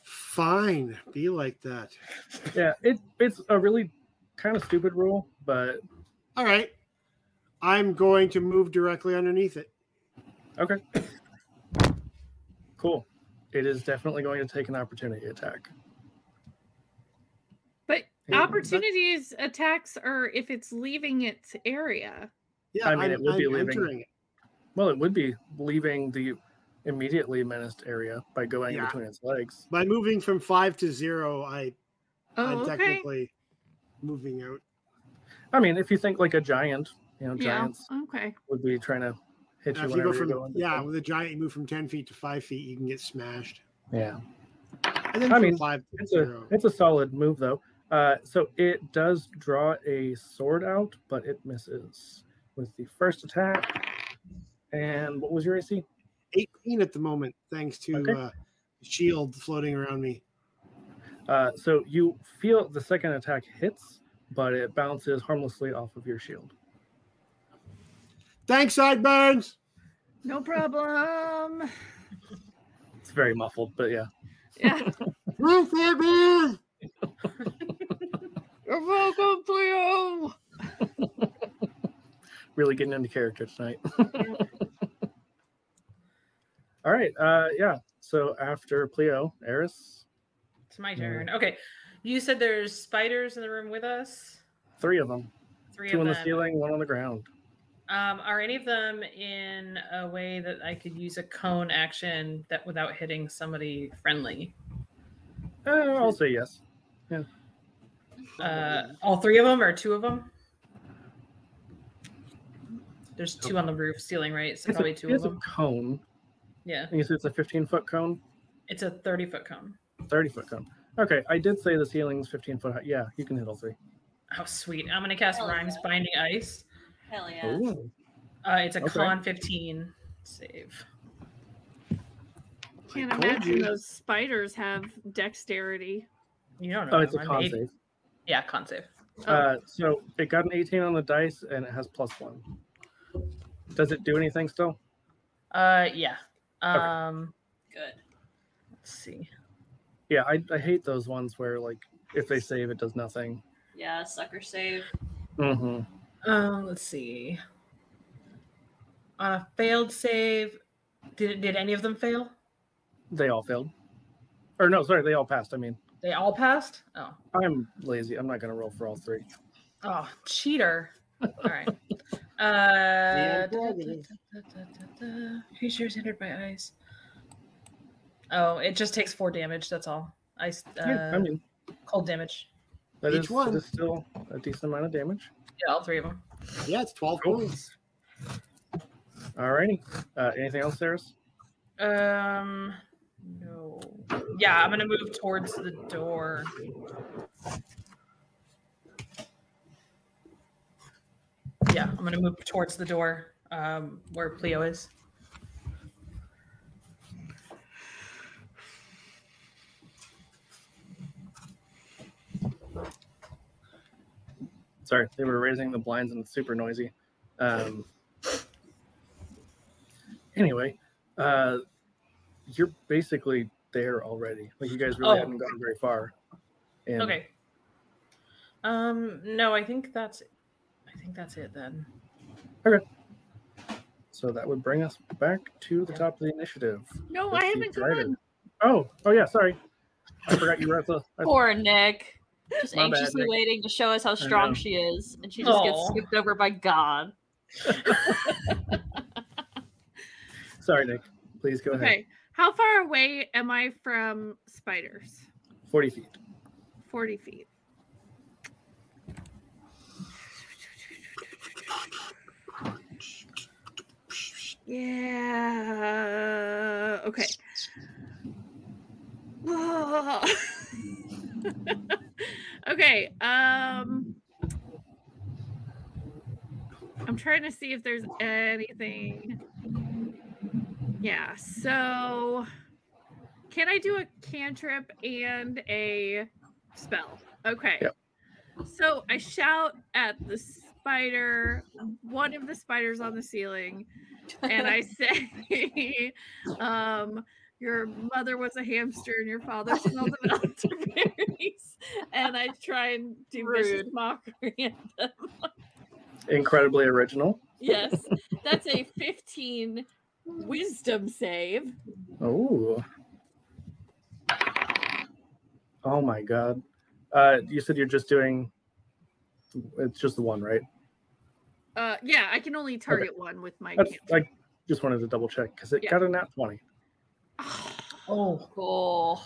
E: Fine, be like that.
A: Yeah, it, it's a really kind of stupid rule, but
E: All right, I'm going to move directly underneath it.
A: okay. Cool. It is definitely going to take an opportunity attack.
F: But
A: Yeah, but-
F: opportunities attacks are if it's leaving its area.
E: Yeah,
A: I mean, it would be leaving.
E: entering it.
A: Well, it would be leaving the immediately menaced area by going
E: Yeah.
A: between its legs.
E: By moving from five to zero, I, I'm
F: Oh, okay.
E: technically moving out.
A: I mean, if you think like a giant, you know,
F: Yeah.
A: giants
F: Okay.
A: would be trying to hit
E: Now,
A: you
E: if you
A: whenever
E: go
A: you
E: from
A: are going.
E: yeah, with a giant, you move from ten feet to five feet, you can get smashed.
A: yeah.
E: And then
A: I
E: from
A: mean,
E: five to
A: It's a
E: zero.
A: it's a solid move though. Uh, so it does draw a sword out, but it misses with the first attack. And what was your AC?
E: 18 at the moment, thanks to
A: Okay.
E: uh, shield floating around me.
A: Uh, so you feel the second attack hits, but it bounces harmlessly off of your shield.
E: Thanks, sideburns.
F: No problem.
A: It's very muffled, but yeah.
F: Yeah.
E: Woo, sideburns!
F: You're welcome, Cleo.
A: really getting into character tonight. [laughs] All right. Uh, yeah. So after Pleo, Eris,
D: It's my
A: Yeah.
D: turn. Okay. You said there's spiders in the room with us.
A: three of them
D: Three
A: two
D: of
A: on
D: them.
A: the ceiling, one on the ground.
D: Um, are any of them in a way that I could use a cone action that without hitting somebody friendly?
A: Uh, I'll say yes.
D: Uh, all three of them or two of them? There's two on the roof ceiling, right? So
A: It's
D: probably
A: a,
D: two of
A: it's a
D: them.
A: cone.
D: Yeah,
A: And you said it's a 15 foot cone,
D: it's a 30 foot cone.
A: 30 foot cone. Okay. I did say the ceiling's 15 foot high. Yeah. You can hit all three.
D: Oh, sweet. I'm going to cast
C: Hell
D: Rhymes
C: yeah.
D: Binding Ice.
C: Hell yeah.
A: Ooh.
D: Uh, it's a
A: Okay.
D: con 15 save.
F: Can't
E: told
F: imagine
E: you.
F: those spiders have dexterity.
D: You don't know.
A: Oh, it's a
D: I'm
A: con
D: eight- Oh.
A: save.
D: Yeah, con save.
A: Uh, so it got an 18 on the dice and it has plus one. Does it do anything still?
D: Uh, yeah. Um,
C: Good.
D: let's see.
A: Yeah, I, I hate those ones where like if they save it does nothing.
C: Yeah, sucker save.
E: Mm-hmm.
A: hmm
D: Um, let's see. On a failed save, did did any of them fail?
A: They all failed. Or no, sorry, they all passed. I mean,
D: They all passed. Oh,
A: I'm lazy. I'm not gonna roll for all three.
D: oh, cheater! All
A: [laughs]
D: right. Uh, da- da-
E: negative.
D: da- da- da- da. creatures hindered by ice. Oh, it just takes four damage. That's all. Ice, uh,
A: yeah, I mean
D: cold damage.
A: that
E: each
A: is,
E: one.
A: that is still a decent amount of damage.
D: Yeah, all three of them.
E: Yeah, it's 12 points.
A: Alrighty. Uh, anything else, Sarah?
D: Um, no. Yeah, I'm gonna move towards the door. Yeah, I'm gonna move towards the door um, where Pleo is.
A: Sorry, they were raising the blinds and it's super noisy. Um, anyway, uh, you're basically there already. Like you guys really
D: Oh.
A: haven't gone very far. And
D: Okay. Um, no, I think that's, I think that's it then.
A: So that would bring us back to the top of the initiative.
F: No,
A: Let's
F: I
A: see,
F: haven't
A: Ryder.
F: gone.
A: Oh, oh yeah, sorry. I forgot you were at the. I-
C: Poor Nick. Just
A: My bad,
C: anxiously
A: Nick.
C: waiting to show us how
A: know.
C: strong she is, and she just gets
D: Aw.
C: skipped over by God.
A: Sorry, Nick. Please go ahead.
F: Okay. How far away am I from spiders?
A: 40 feet.
F: 40 feet. Yeah. Okay. [laughs] Whoa. okay. Um I'm trying to see if there's anything. Yeah. So can I do a cantrip and a spell? Okay.
A: Yep.
F: So I shout at the spider, one of the spiders on the ceiling, and I say, [laughs] um, Your mother was a hamster and your father smelled of elderberries. And I try and do vicious
C: Rude.
F: mockery at them.
A: Incredibly original.
F: Yes, that's a 15 wisdom save.
A: Oh. Oh my god. Uh, you said you're just doing. It's just the one, right?
F: Uh, yeah, I can only target one with my
A: That's,
F: cantrip.
A: I just wanted to double check because it
F: Yeah.
A: got a nat 20.
F: Oh,
D: Oh,
C: Cool.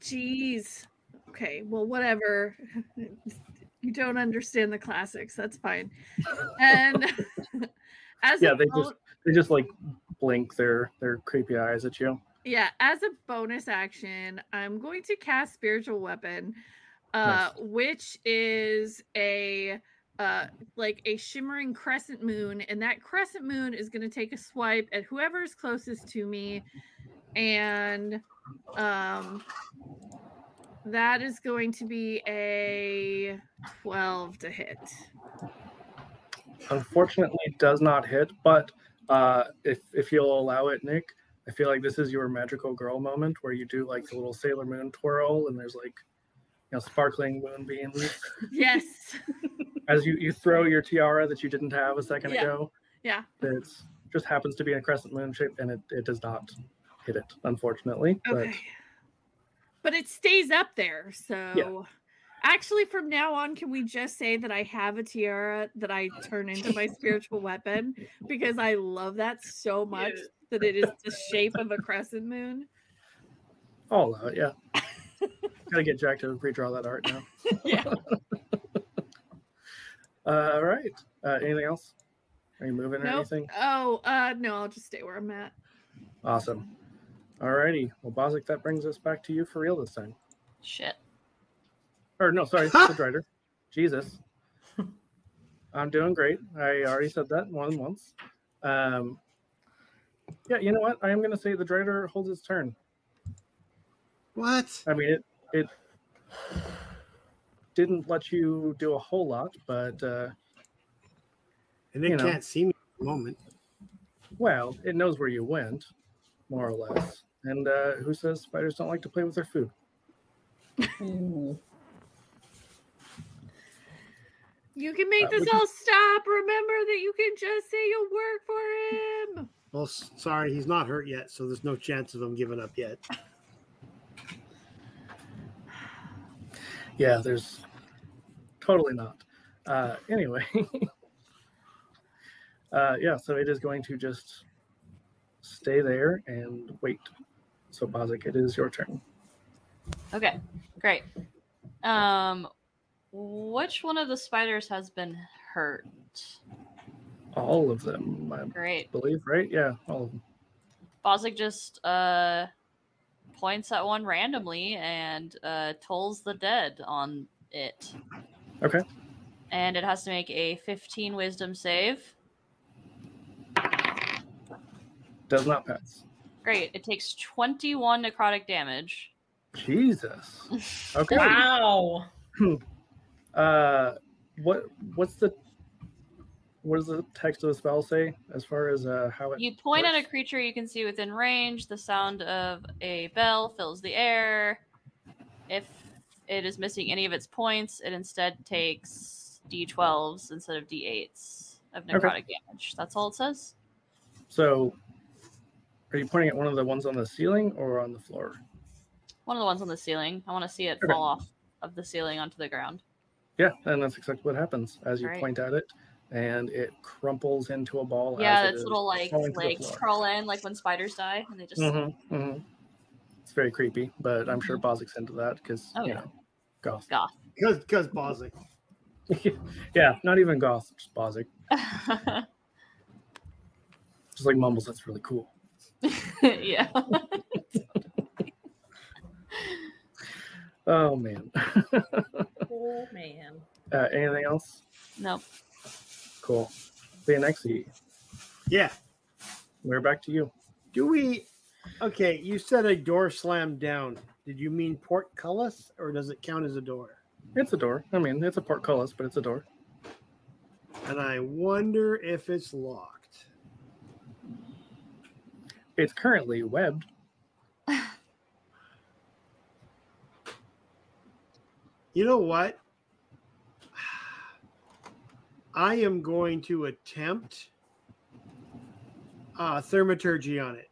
F: jeez. Okay, well, whatever. [laughs] You don't understand the classics. That's fine. And [laughs] as
A: Yeah,
F: a
A: they
F: bon-
A: just- They just like blink their their creepy eyes at you.
F: yeah, as a bonus action, I'm going to cast spiritual weapon, uh,
A: Nice.
F: which is a uh like a shimmering crescent moon, and that crescent moon is going to take a swipe at whoever's closest to me, and um, that is going to be a twelve to hit. [laughs]
A: Unfortunately, does not hit. But uh, if if you'll allow it, Nick, I feel like this is your magical girl moment where you do like the little Sailor Moon twirl and there's like you know sparkling moonbeams.
F: Yes, [laughs]
A: as you, you throw your tiara that you didn't have a second
F: Yeah.
A: ago.
F: Yeah.
A: It just happens to be in a crescent moon shape and it, it does not hit it, unfortunately.
F: okay, but it stays up there, so. Actually, from now on, can we just say that I have a tiara that I turn into my spiritual weapon because I love that so much that it is the shape of a crescent moon?
A: But I'll allow it, yeah. [laughs] Gotta get Jack to redraw that art now.
F: [laughs] Yeah.
A: [laughs] Uh, all right. Uh, anything else? Are you moving or
F: Nope.
A: anything?
F: Oh, uh, no, I'll just stay where I'm at.
A: Awesome. All righty. Well, Bozic, that brings us back to you for real this time.
C: Shit.
A: Or no, sorry, Sid Rider. Jesus. I'm doing great. I already said that more than once. Um, yeah, you know what? I am going to say the Drider holds its turn.
E: What?
A: I mean, it it didn't let you do a whole lot, but uh,
E: And they
A: You know.
E: can't see me at the moment.
A: well, it knows where you went, more or less. And uh, who says spiders don't like to play with their food?
F: You can make
A: Uh,
F: this
A: would you-
F: all stop. Remember that you can just say you'll work for him.
E: Well, s- sorry, he's not hurt yet, so there's no chance of him giving up yet.
A: Yeah, there's totally not. Uh, anyway, [laughs] uh, yeah, so it is going to just stay there and wait. So, Bozic, it is your turn.
C: Okay. Great. Um, which one of the spiders has been hurt?
A: All of them, I
C: Great.
A: believe, right? Yeah, all of them.
C: Bozic just uh, points at one randomly and uh, tolls the dead on it.
A: Okay.
C: And it has to make a 15 wisdom save.
A: Does not pass.
C: Great. It takes 21 necrotic damage.
A: Jesus. Okay.
D: Wow.
A: Uh, what what's the what does the text of the spell say as far as uh how it
C: You point at a
A: works.
C: creature you can see within range. The sound of a bell fills the air. If it is missing any of its points, it instead takes d12s instead of d8s of
A: Okay.
C: necrotic damage. That's all it says.
A: so? Are you pointing at one of the ones on the ceiling or on the floor?
C: One of the ones on the ceiling. I want to see it
A: Okay.
C: fall off of the ceiling onto the ground.
A: Yeah, and that's exactly what happens as you
C: Right.
A: point at it, and it crumples into a ball.
C: yeah,
A: as it
C: its
A: is
C: little like
A: falling to the
C: legs
A: floor.
C: crawl in, like when spiders die, and they just
A: Mm-hmm, mm-hmm. It's very creepy, but I'm sure Bozic's into that because
C: Mm-hmm. Oh,
A: you
C: yeah.
A: know, goth.
C: goth.
E: Because because Bozic.
A: [laughs] yeah, not even goth, just Bozic. Just like mumbles, that's really cool.
C: [laughs] yeah.
A: Oh man. [laughs]
D: Oh man.
A: uh, anything else?
C: Nope.
A: Cool. Leonexi,
E: Yeah.
A: E, we're back to you.
E: Do we? Okay, you said a door slammed down. Did you mean portcullis, or does it count as a door?
A: It's a door. I mean, it's a portcullis, but it's a door.
E: And I wonder if it's locked.
A: It's currently webbed.
E: You know what? I am going to attempt uh, thermaturgy on it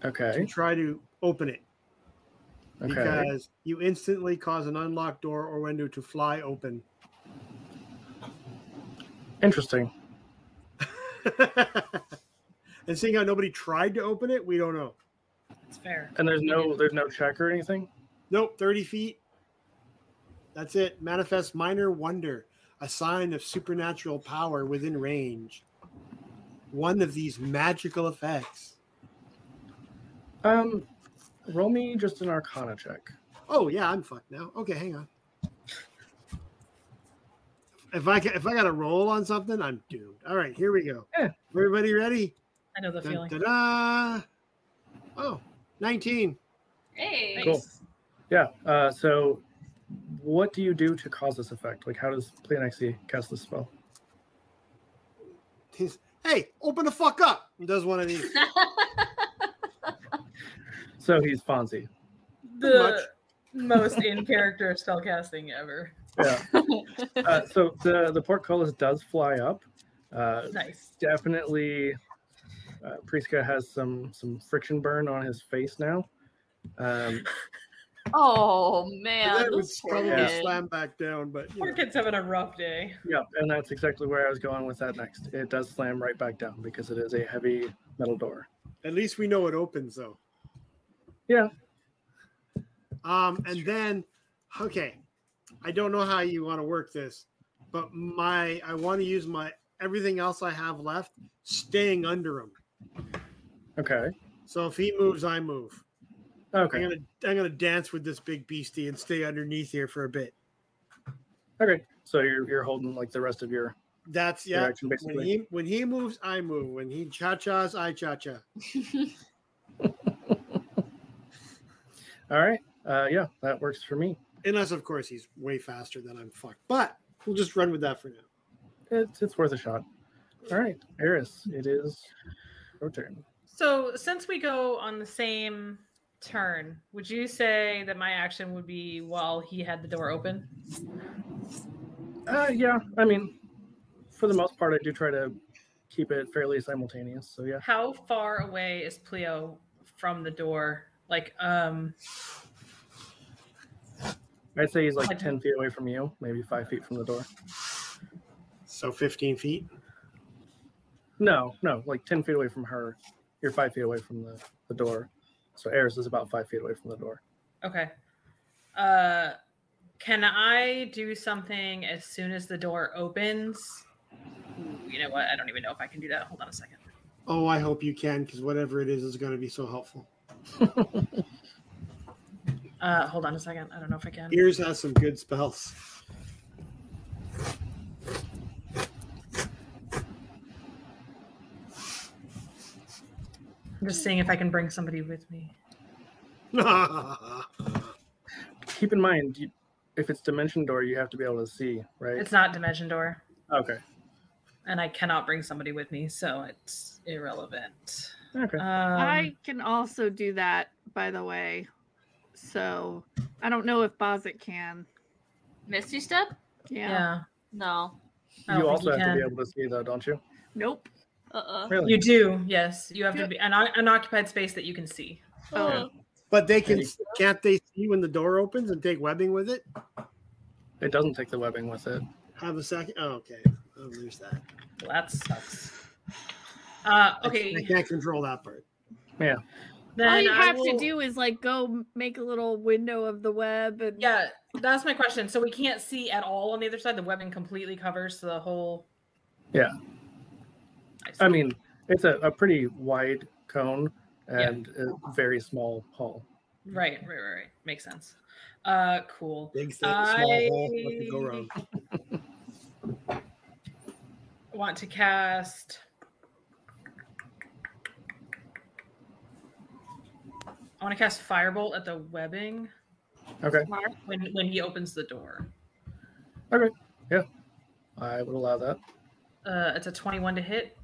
E: to
A: Okay.
E: try to open it
A: Okay.
E: because you instantly cause an unlocked door or window to fly open. [laughs]
A: Interesting.
E: and seeing how nobody tried to open it, we don't know.
D: That's fair.
A: And there's no there's no check or anything.
E: Nope, 30 feet. That's it. Manifest minor wonder, a sign of supernatural power within range. One of these magical effects.
A: Um, roll me just an Arcana check.
E: Oh yeah, I'm fucked now. Okay, hang on. If I ca if I got a roll on something, I'm doomed. All right, here we go.
A: Yeah.
E: Everybody ready?
D: I know the
E: Dun,
D: feeling.
E: da-da. Oh, 19.
C: Hey.
A: Cool. Yeah. Uh, so, what do you do to cause this effect? Like, how does Pleonexi cast this spell?
E: He's- hey, open the fuck up. And does one of these.
A: So he's Fonzie.
D: The most in character spell casting ever.
A: Yeah. uh, so the the portcullis does fly up. Uh,
D: Nice.
A: definitely, uh, Priska has some some friction burn on his face now. Um,
C: Oh man,
E: that would
C: this poor
E: probably
C: kid.
E: slam back down, but you
D: Poor
E: know,
D: kid's having a rough day.
A: yeah, and that's exactly where I was going with that next. It does slam right back down because it is a heavy metal door.
E: at least we know it opens though.
A: Yeah.
E: Um, and then, okay, I don't know how you want to work this, but my I want to use my everything else I have left, staying under him.
A: Okay.
E: So if he moves, I move. I'm
A: Okay.
E: gonna I'm gonna dance with this big beastie and stay underneath here for a bit.
A: Okay. So you're you're holding like the rest of your,
E: That's
A: your
E: yeah.
A: action
E: When
A: basically.
E: he when he moves, I move. When he cha chas, I cha cha.
A: All right. Uh, yeah, that works for me.
E: Unless of course he's way faster than I'm fucked. But we'll just run with that for now.
A: It's it's worth a shot. All right, Eris, it is your turn.
D: So since we go on the same turn, would you say that my action would be while he had the door open?
A: Uh, yeah, I mean, for the most part, I do try to keep it fairly simultaneous. So yeah,
D: How far away is Pleo from the door? Like, um,
A: I'd say he's like ten feet away from you, maybe five feet from the door.
E: So 15 feet.
A: No, no, like ten feet away from her. You're five feet away from the, the door. So Eris is about five feet away from the door.
D: okay. Uh, can I do something as soon as the door opens? Ooh, you know what? I don't even know if I can do that. Hold on a second.
E: Oh, I hope you can, because whatever it is is going to be so helpful.
D: Uh, hold on a second. I don't know if I can.
E: Ears has some good spells. [laughs]
D: I'm just seeing if I can bring somebody with me.
A: Keep in mind, you, if it's dimension door, you have to be able to see, right?
D: It's not Dimension Door,
A: okay.
D: and I cannot bring somebody with me, so it's irrelevant.
A: Okay.
D: Um,
F: I can also do that, by the way. So I don't know if Bozit can.
C: Misty step?
F: Yeah.
D: yeah.
C: No.
D: I don't
A: you
D: think
A: also
D: you
A: have to
D: can.
A: be able to see, though, don't you?
F: Nope.
C: Uh-uh.
A: Really?
D: You do, yes. You have to
F: Yep.
D: be an un- unoccupied space that you can see.
F: Oh,
E: But they can
A: Hey.
E: can't they see when the door opens and take webbing with it?
A: It doesn't take the webbing with it.
E: Have a second. Oh, okay. Oh, there's that.
D: Well, that sucks. Uh, okay,
E: I can't control that part.
D: then
F: all you
D: I
F: have to
D: will-
F: do is like go m- make a little window of the web and
D: Yeah, that's my question. So we can't see at all on the other side. The webbing completely covers the whole.
A: Yeah.
D: Nice.
A: I mean, it's a, a pretty wide cone and a very small hole.
D: right, right, right, right. Makes sense. Uh, cool.
E: Big thing, small hole. What could go wrong?
D: Want to cast. I want to cast firebolt at the webbing
A: Okay.
C: Smart.
D: when when he opens the door.
A: I would allow that.
D: Uh, it's a twenty-one to hit.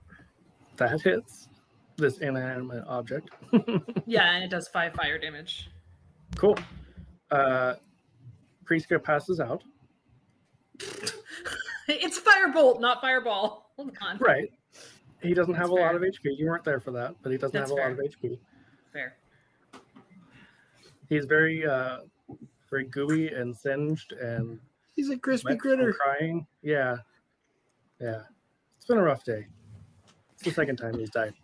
A: That hits this inanimate object.
D: Yeah, and it does five fire damage. [laughs]
A: Cool. Uh, Priska passes out.
D: it's firebolt, not fireball. Hold on.
A: Right. He doesn't have
D: That's
A: a lot
D: fair.
A: of HP. You weren't there for that, but he doesn't
D: That's
A: have a lot
D: fair.
A: of HP.
D: Fair.
A: He's very, uh, very gooey and singed and
E: He's a crispy
A: wet from
E: critter.
A: crying. Yeah, yeah. It's been a rough day. It's the second time he's died.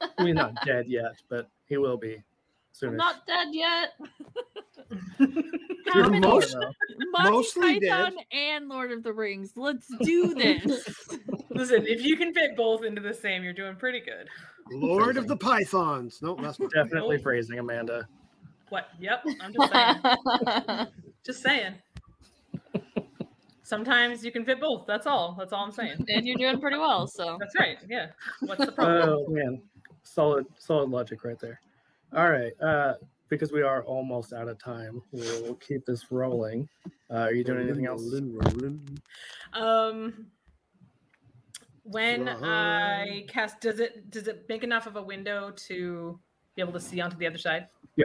A: I mean, he's not dead yet, but he will be
C: I'm
A: soonish.
C: not dead yet. [laughs]
F: how
E: You're
F: many
E: most-
A: though.
F: [laughs] Monty
E: mostly dead.
F: Python and Lord of the Rings? Let's do this.
D: Listen, if you can fit both into the same, you're doing pretty good.
E: Lord of the Pythons. No, that's not
A: Definitely
D: Nope.
A: phrasing, Amanda.
D: What? Yep. I'm just
C: [laughs]
D: saying. just saying. Sometimes you can fit both. That's all. That's all I'm saying.
C: and you're doing pretty well, so.
D: That's right. Yeah. What's the problem?
A: Oh man, solid, solid logic right there. All right, uh, because we are almost out of time, we'll keep this rolling. Uh, are you doing anything else?
E: Rolling, rolling.
D: Um when
E: Right.
D: I cast does it does it make enough of a window to be able to see onto the other side?
A: Yeah.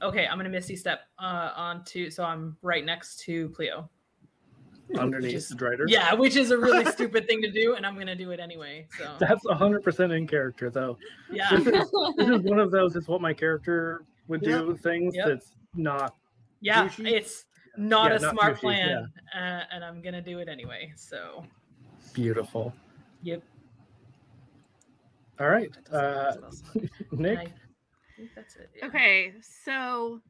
D: Okay, I'm gonna misty step uh onto so I'm right next to Cleo.
A: Underneath
D: Just-
A: the Drider?
D: Yeah, which is
A: [laughs]
D: a really stupid thing to do, and I'm gonna do it anyway. So
A: That's 100% in character, though.
D: yeah. [laughs]
A: This is one of those, it's what my character would do things
D: Yep.
A: that's not
D: Yeah,
E: Douchey?
D: it's not
A: Yeah,
D: a
A: not
D: smart
A: douchey,
D: plan, uh, and I'm gonna do it anyway. So,
A: beautiful.
D: yep.
A: All right.
D: that doesn't
A: Uh,
D: make sense. And
A: Nick,
D: I think that's it. yeah.
F: [laughs] okay, so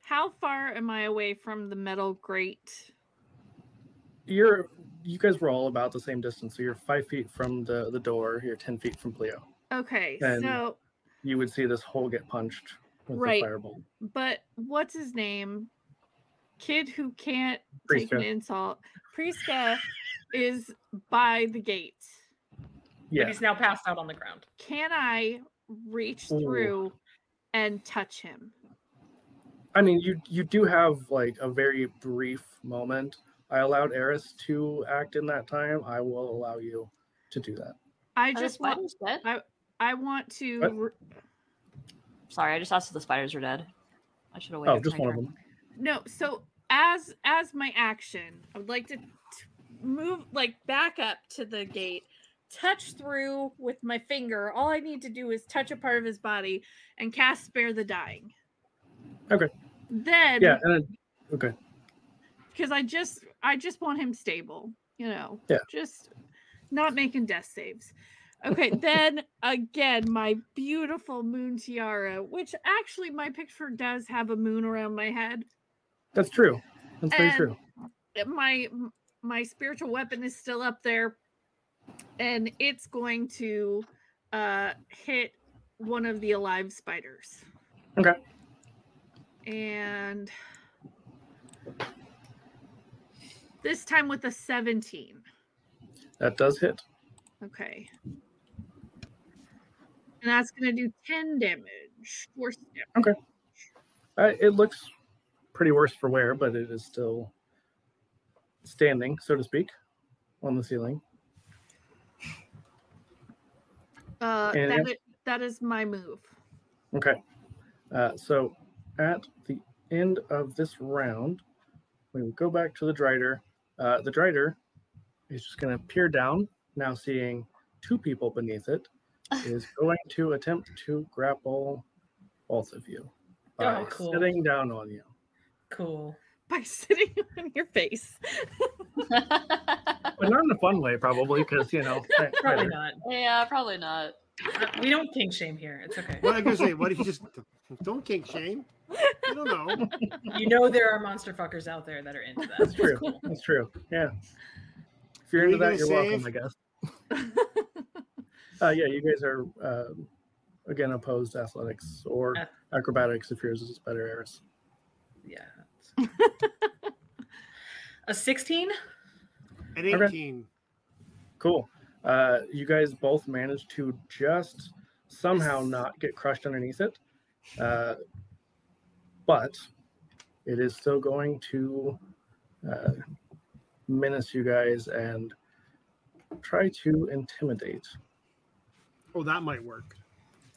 F: how far am I away from the metal grate?
A: you're you guys were all about the same distance. So you're five feet from the, the door, you're 10 feet from Cleo.
F: Okay,
A: Ten.
F: so
A: You would see this hole get punched with
F: Right.
A: the fireball.
F: but what's his name? Kid who can't take an
A: Priska.
F: insult. Priska is by the gate.
D: But
A: Yeah.
D: he's now passed out on the ground.
F: Can I reach
A: Ooh.
F: through and touch him?
A: I mean, you you do have like a very brief moment. I allowed Eris to act in that time. I will allow you to do that.
F: I
C: Are the
F: just want
C: spiders dead?
F: I want to
A: What?
F: re-
C: Sorry, I just asked if the spiders were dead. I should have waited.
A: Oh, just
C: my
A: one of
C: turn.
A: them.
F: No, so as as my action, I would like to t- move like back up to the gate, touch through with my finger. All I need to do is touch a part of his body and cast spare the dying.
A: Okay.
F: Then
A: Yeah. And it- okay.
F: cuz I just I just want him stable, you know.
A: Yeah.
F: Just not making death saves.
A: [laughs]
F: Okay, then again, my beautiful moon tiara, which actually my picture does have a moon around my head.
A: That's true. That's very
F: And-
A: true.
F: that my m- my spiritual weapon is still up there and it's going to uh, hit one of the alive spiders.
A: Okay.
F: And this time with a 17.
A: That does hit.
F: Okay. And that's going to do 10 damage. Force damage.
A: Uh, it looks pretty worse for wear, but it is still standing, so to speak, on the ceiling.
F: Uh,
A: And
F: that,
A: it's-
F: is, that is my move. [laughs]
A: Okay. Uh, so at the end of this round, we will go back to the Drider. Uh, the Drider is just going to peer down, now seeing two people beneath
D: [laughs]
A: it, is going to attempt to grapple both of you by
D: Oh, cool.
A: sitting down on you. [laughs]
D: Cool.
F: By sitting [laughs] on your face.
A: But not in a fun way, probably, because, you
D: [laughs]
A: know, that-
D: Probably not.
C: [laughs] yeah, probably not.
D: Uh, We don't kink shame here. It's okay.
E: What I gonna say? What if you just [laughs] don't kink shame? I don't know.
D: You know there are monster fuckers out there that are into that.
A: That's [laughs]
D: It's
A: true.
D: cool.
A: That's true. Yeah. If you're
E: Are
A: into
E: we
A: that,
E: gonna
A: you're welcome,
E: save?
A: I guess. Uh, yeah, you guys are um again opposed athletics or
D: Ath-
A: acrobatics if yours is better, Eris.
D: Yeah. A 16?
E: At
A: Okay.
E: 18,
A: Cool. Uh, you guys both managed to just somehow not get crushed underneath it, uh, but it is still going to uh, menace you guys and try to intimidate.
E: oh, that might work.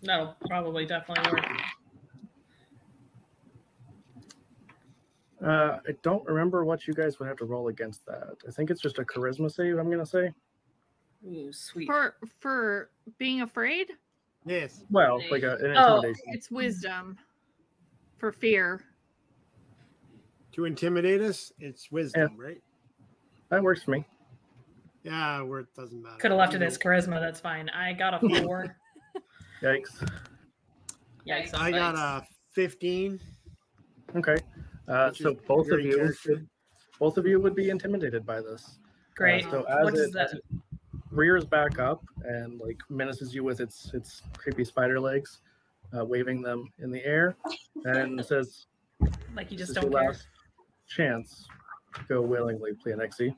D: No, probably definitely work.
A: Uh, I don't remember what you guys would have to roll against that. I think it's just a charisma save. I'm gonna say.
D: Ooh, sweet.
F: For for being afraid,
E: Yes.
A: Well, like a, an
D: Oh.
A: intimidation.
F: it's wisdom. For fear.
E: To intimidate us, it's wisdom, right?
A: That works for me.
E: Yeah, where it doesn't matter.
D: Could have left
E: You
D: it as
E: know,
D: charisma. That's fine. I got a four.
A: Yikes.
D: Yikes.
E: I got a 15.
A: Okay. Uh,
E: Which
A: so
E: is
A: both
E: your
A: of you,
E: character.
A: should, both of you would be intimidated by this.
D: Great.
A: Uh, so as
D: what
A: it-
D: does that?
A: as it rears back up and like menaces you with its its creepy spider legs, uh, waving them in the air, and says,
D: Like you
A: "This
D: just
A: is
D: don't
A: your
D: care.
A: last chance. Go willingly, Pleonexi."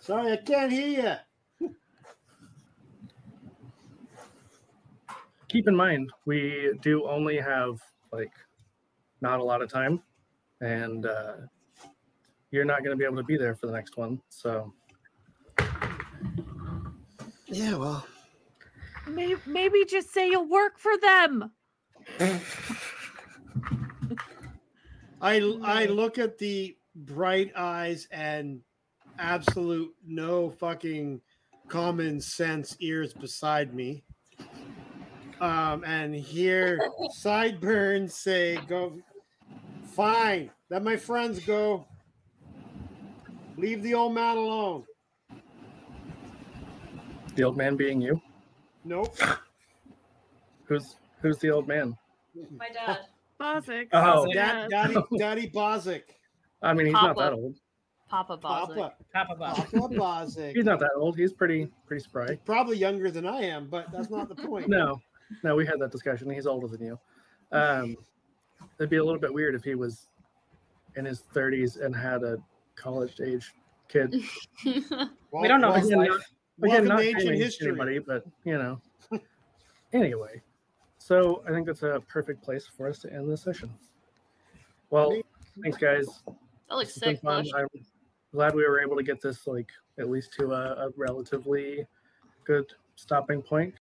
E: Sorry, I can't hear you.
A: keep in mind we do only have like not a lot of time and uh, you're not going to be able to be there for the next one so
E: Yeah, well,
F: Maybe, maybe just say you'll work for them.
E: I I look at the bright eyes and absolute no fucking common sense ears beside me. Um,
D: [laughs]
E: and hear sideburns say, "Go, fine. Let my friends go. Leave the old man alone."
A: the old man being you
D: [laughs]
E: Nope.
A: who's who's the old man
C: My dad.
F: Bozic.
A: Oh.
E: Dad,
D: [laughs]
F: yeah.
E: Daddy, Daddy Bozick,
A: i mean he's not that
C: Papa.
A: old
C: Papa Bozic. [laughs]
E: Papa,
D: Papa Bob. [laughs]
E: Papa Bozick.
A: he's not that old he's pretty pretty spry
E: Probably younger than I am, but that's not the point.
A: no no we had that discussion he's older than you um it'd be a little bit weird if he was in his 30s and had a college age kid
E: Well,
D: We don't know
E: well,
D: his
A: yeah,
D: life.
A: no.
E: Welcome
A: not
E: to ancient
A: naming
E: history.
A: Anybody, but you know. [laughs] anyway, so I think that's a perfect place for us to end this session. Well, thanks guys.
C: That looks
A: It's been
C: sick.
A: fun.
C: Lush.
A: I'm glad we were able to get this like at least to a, a relatively good stopping point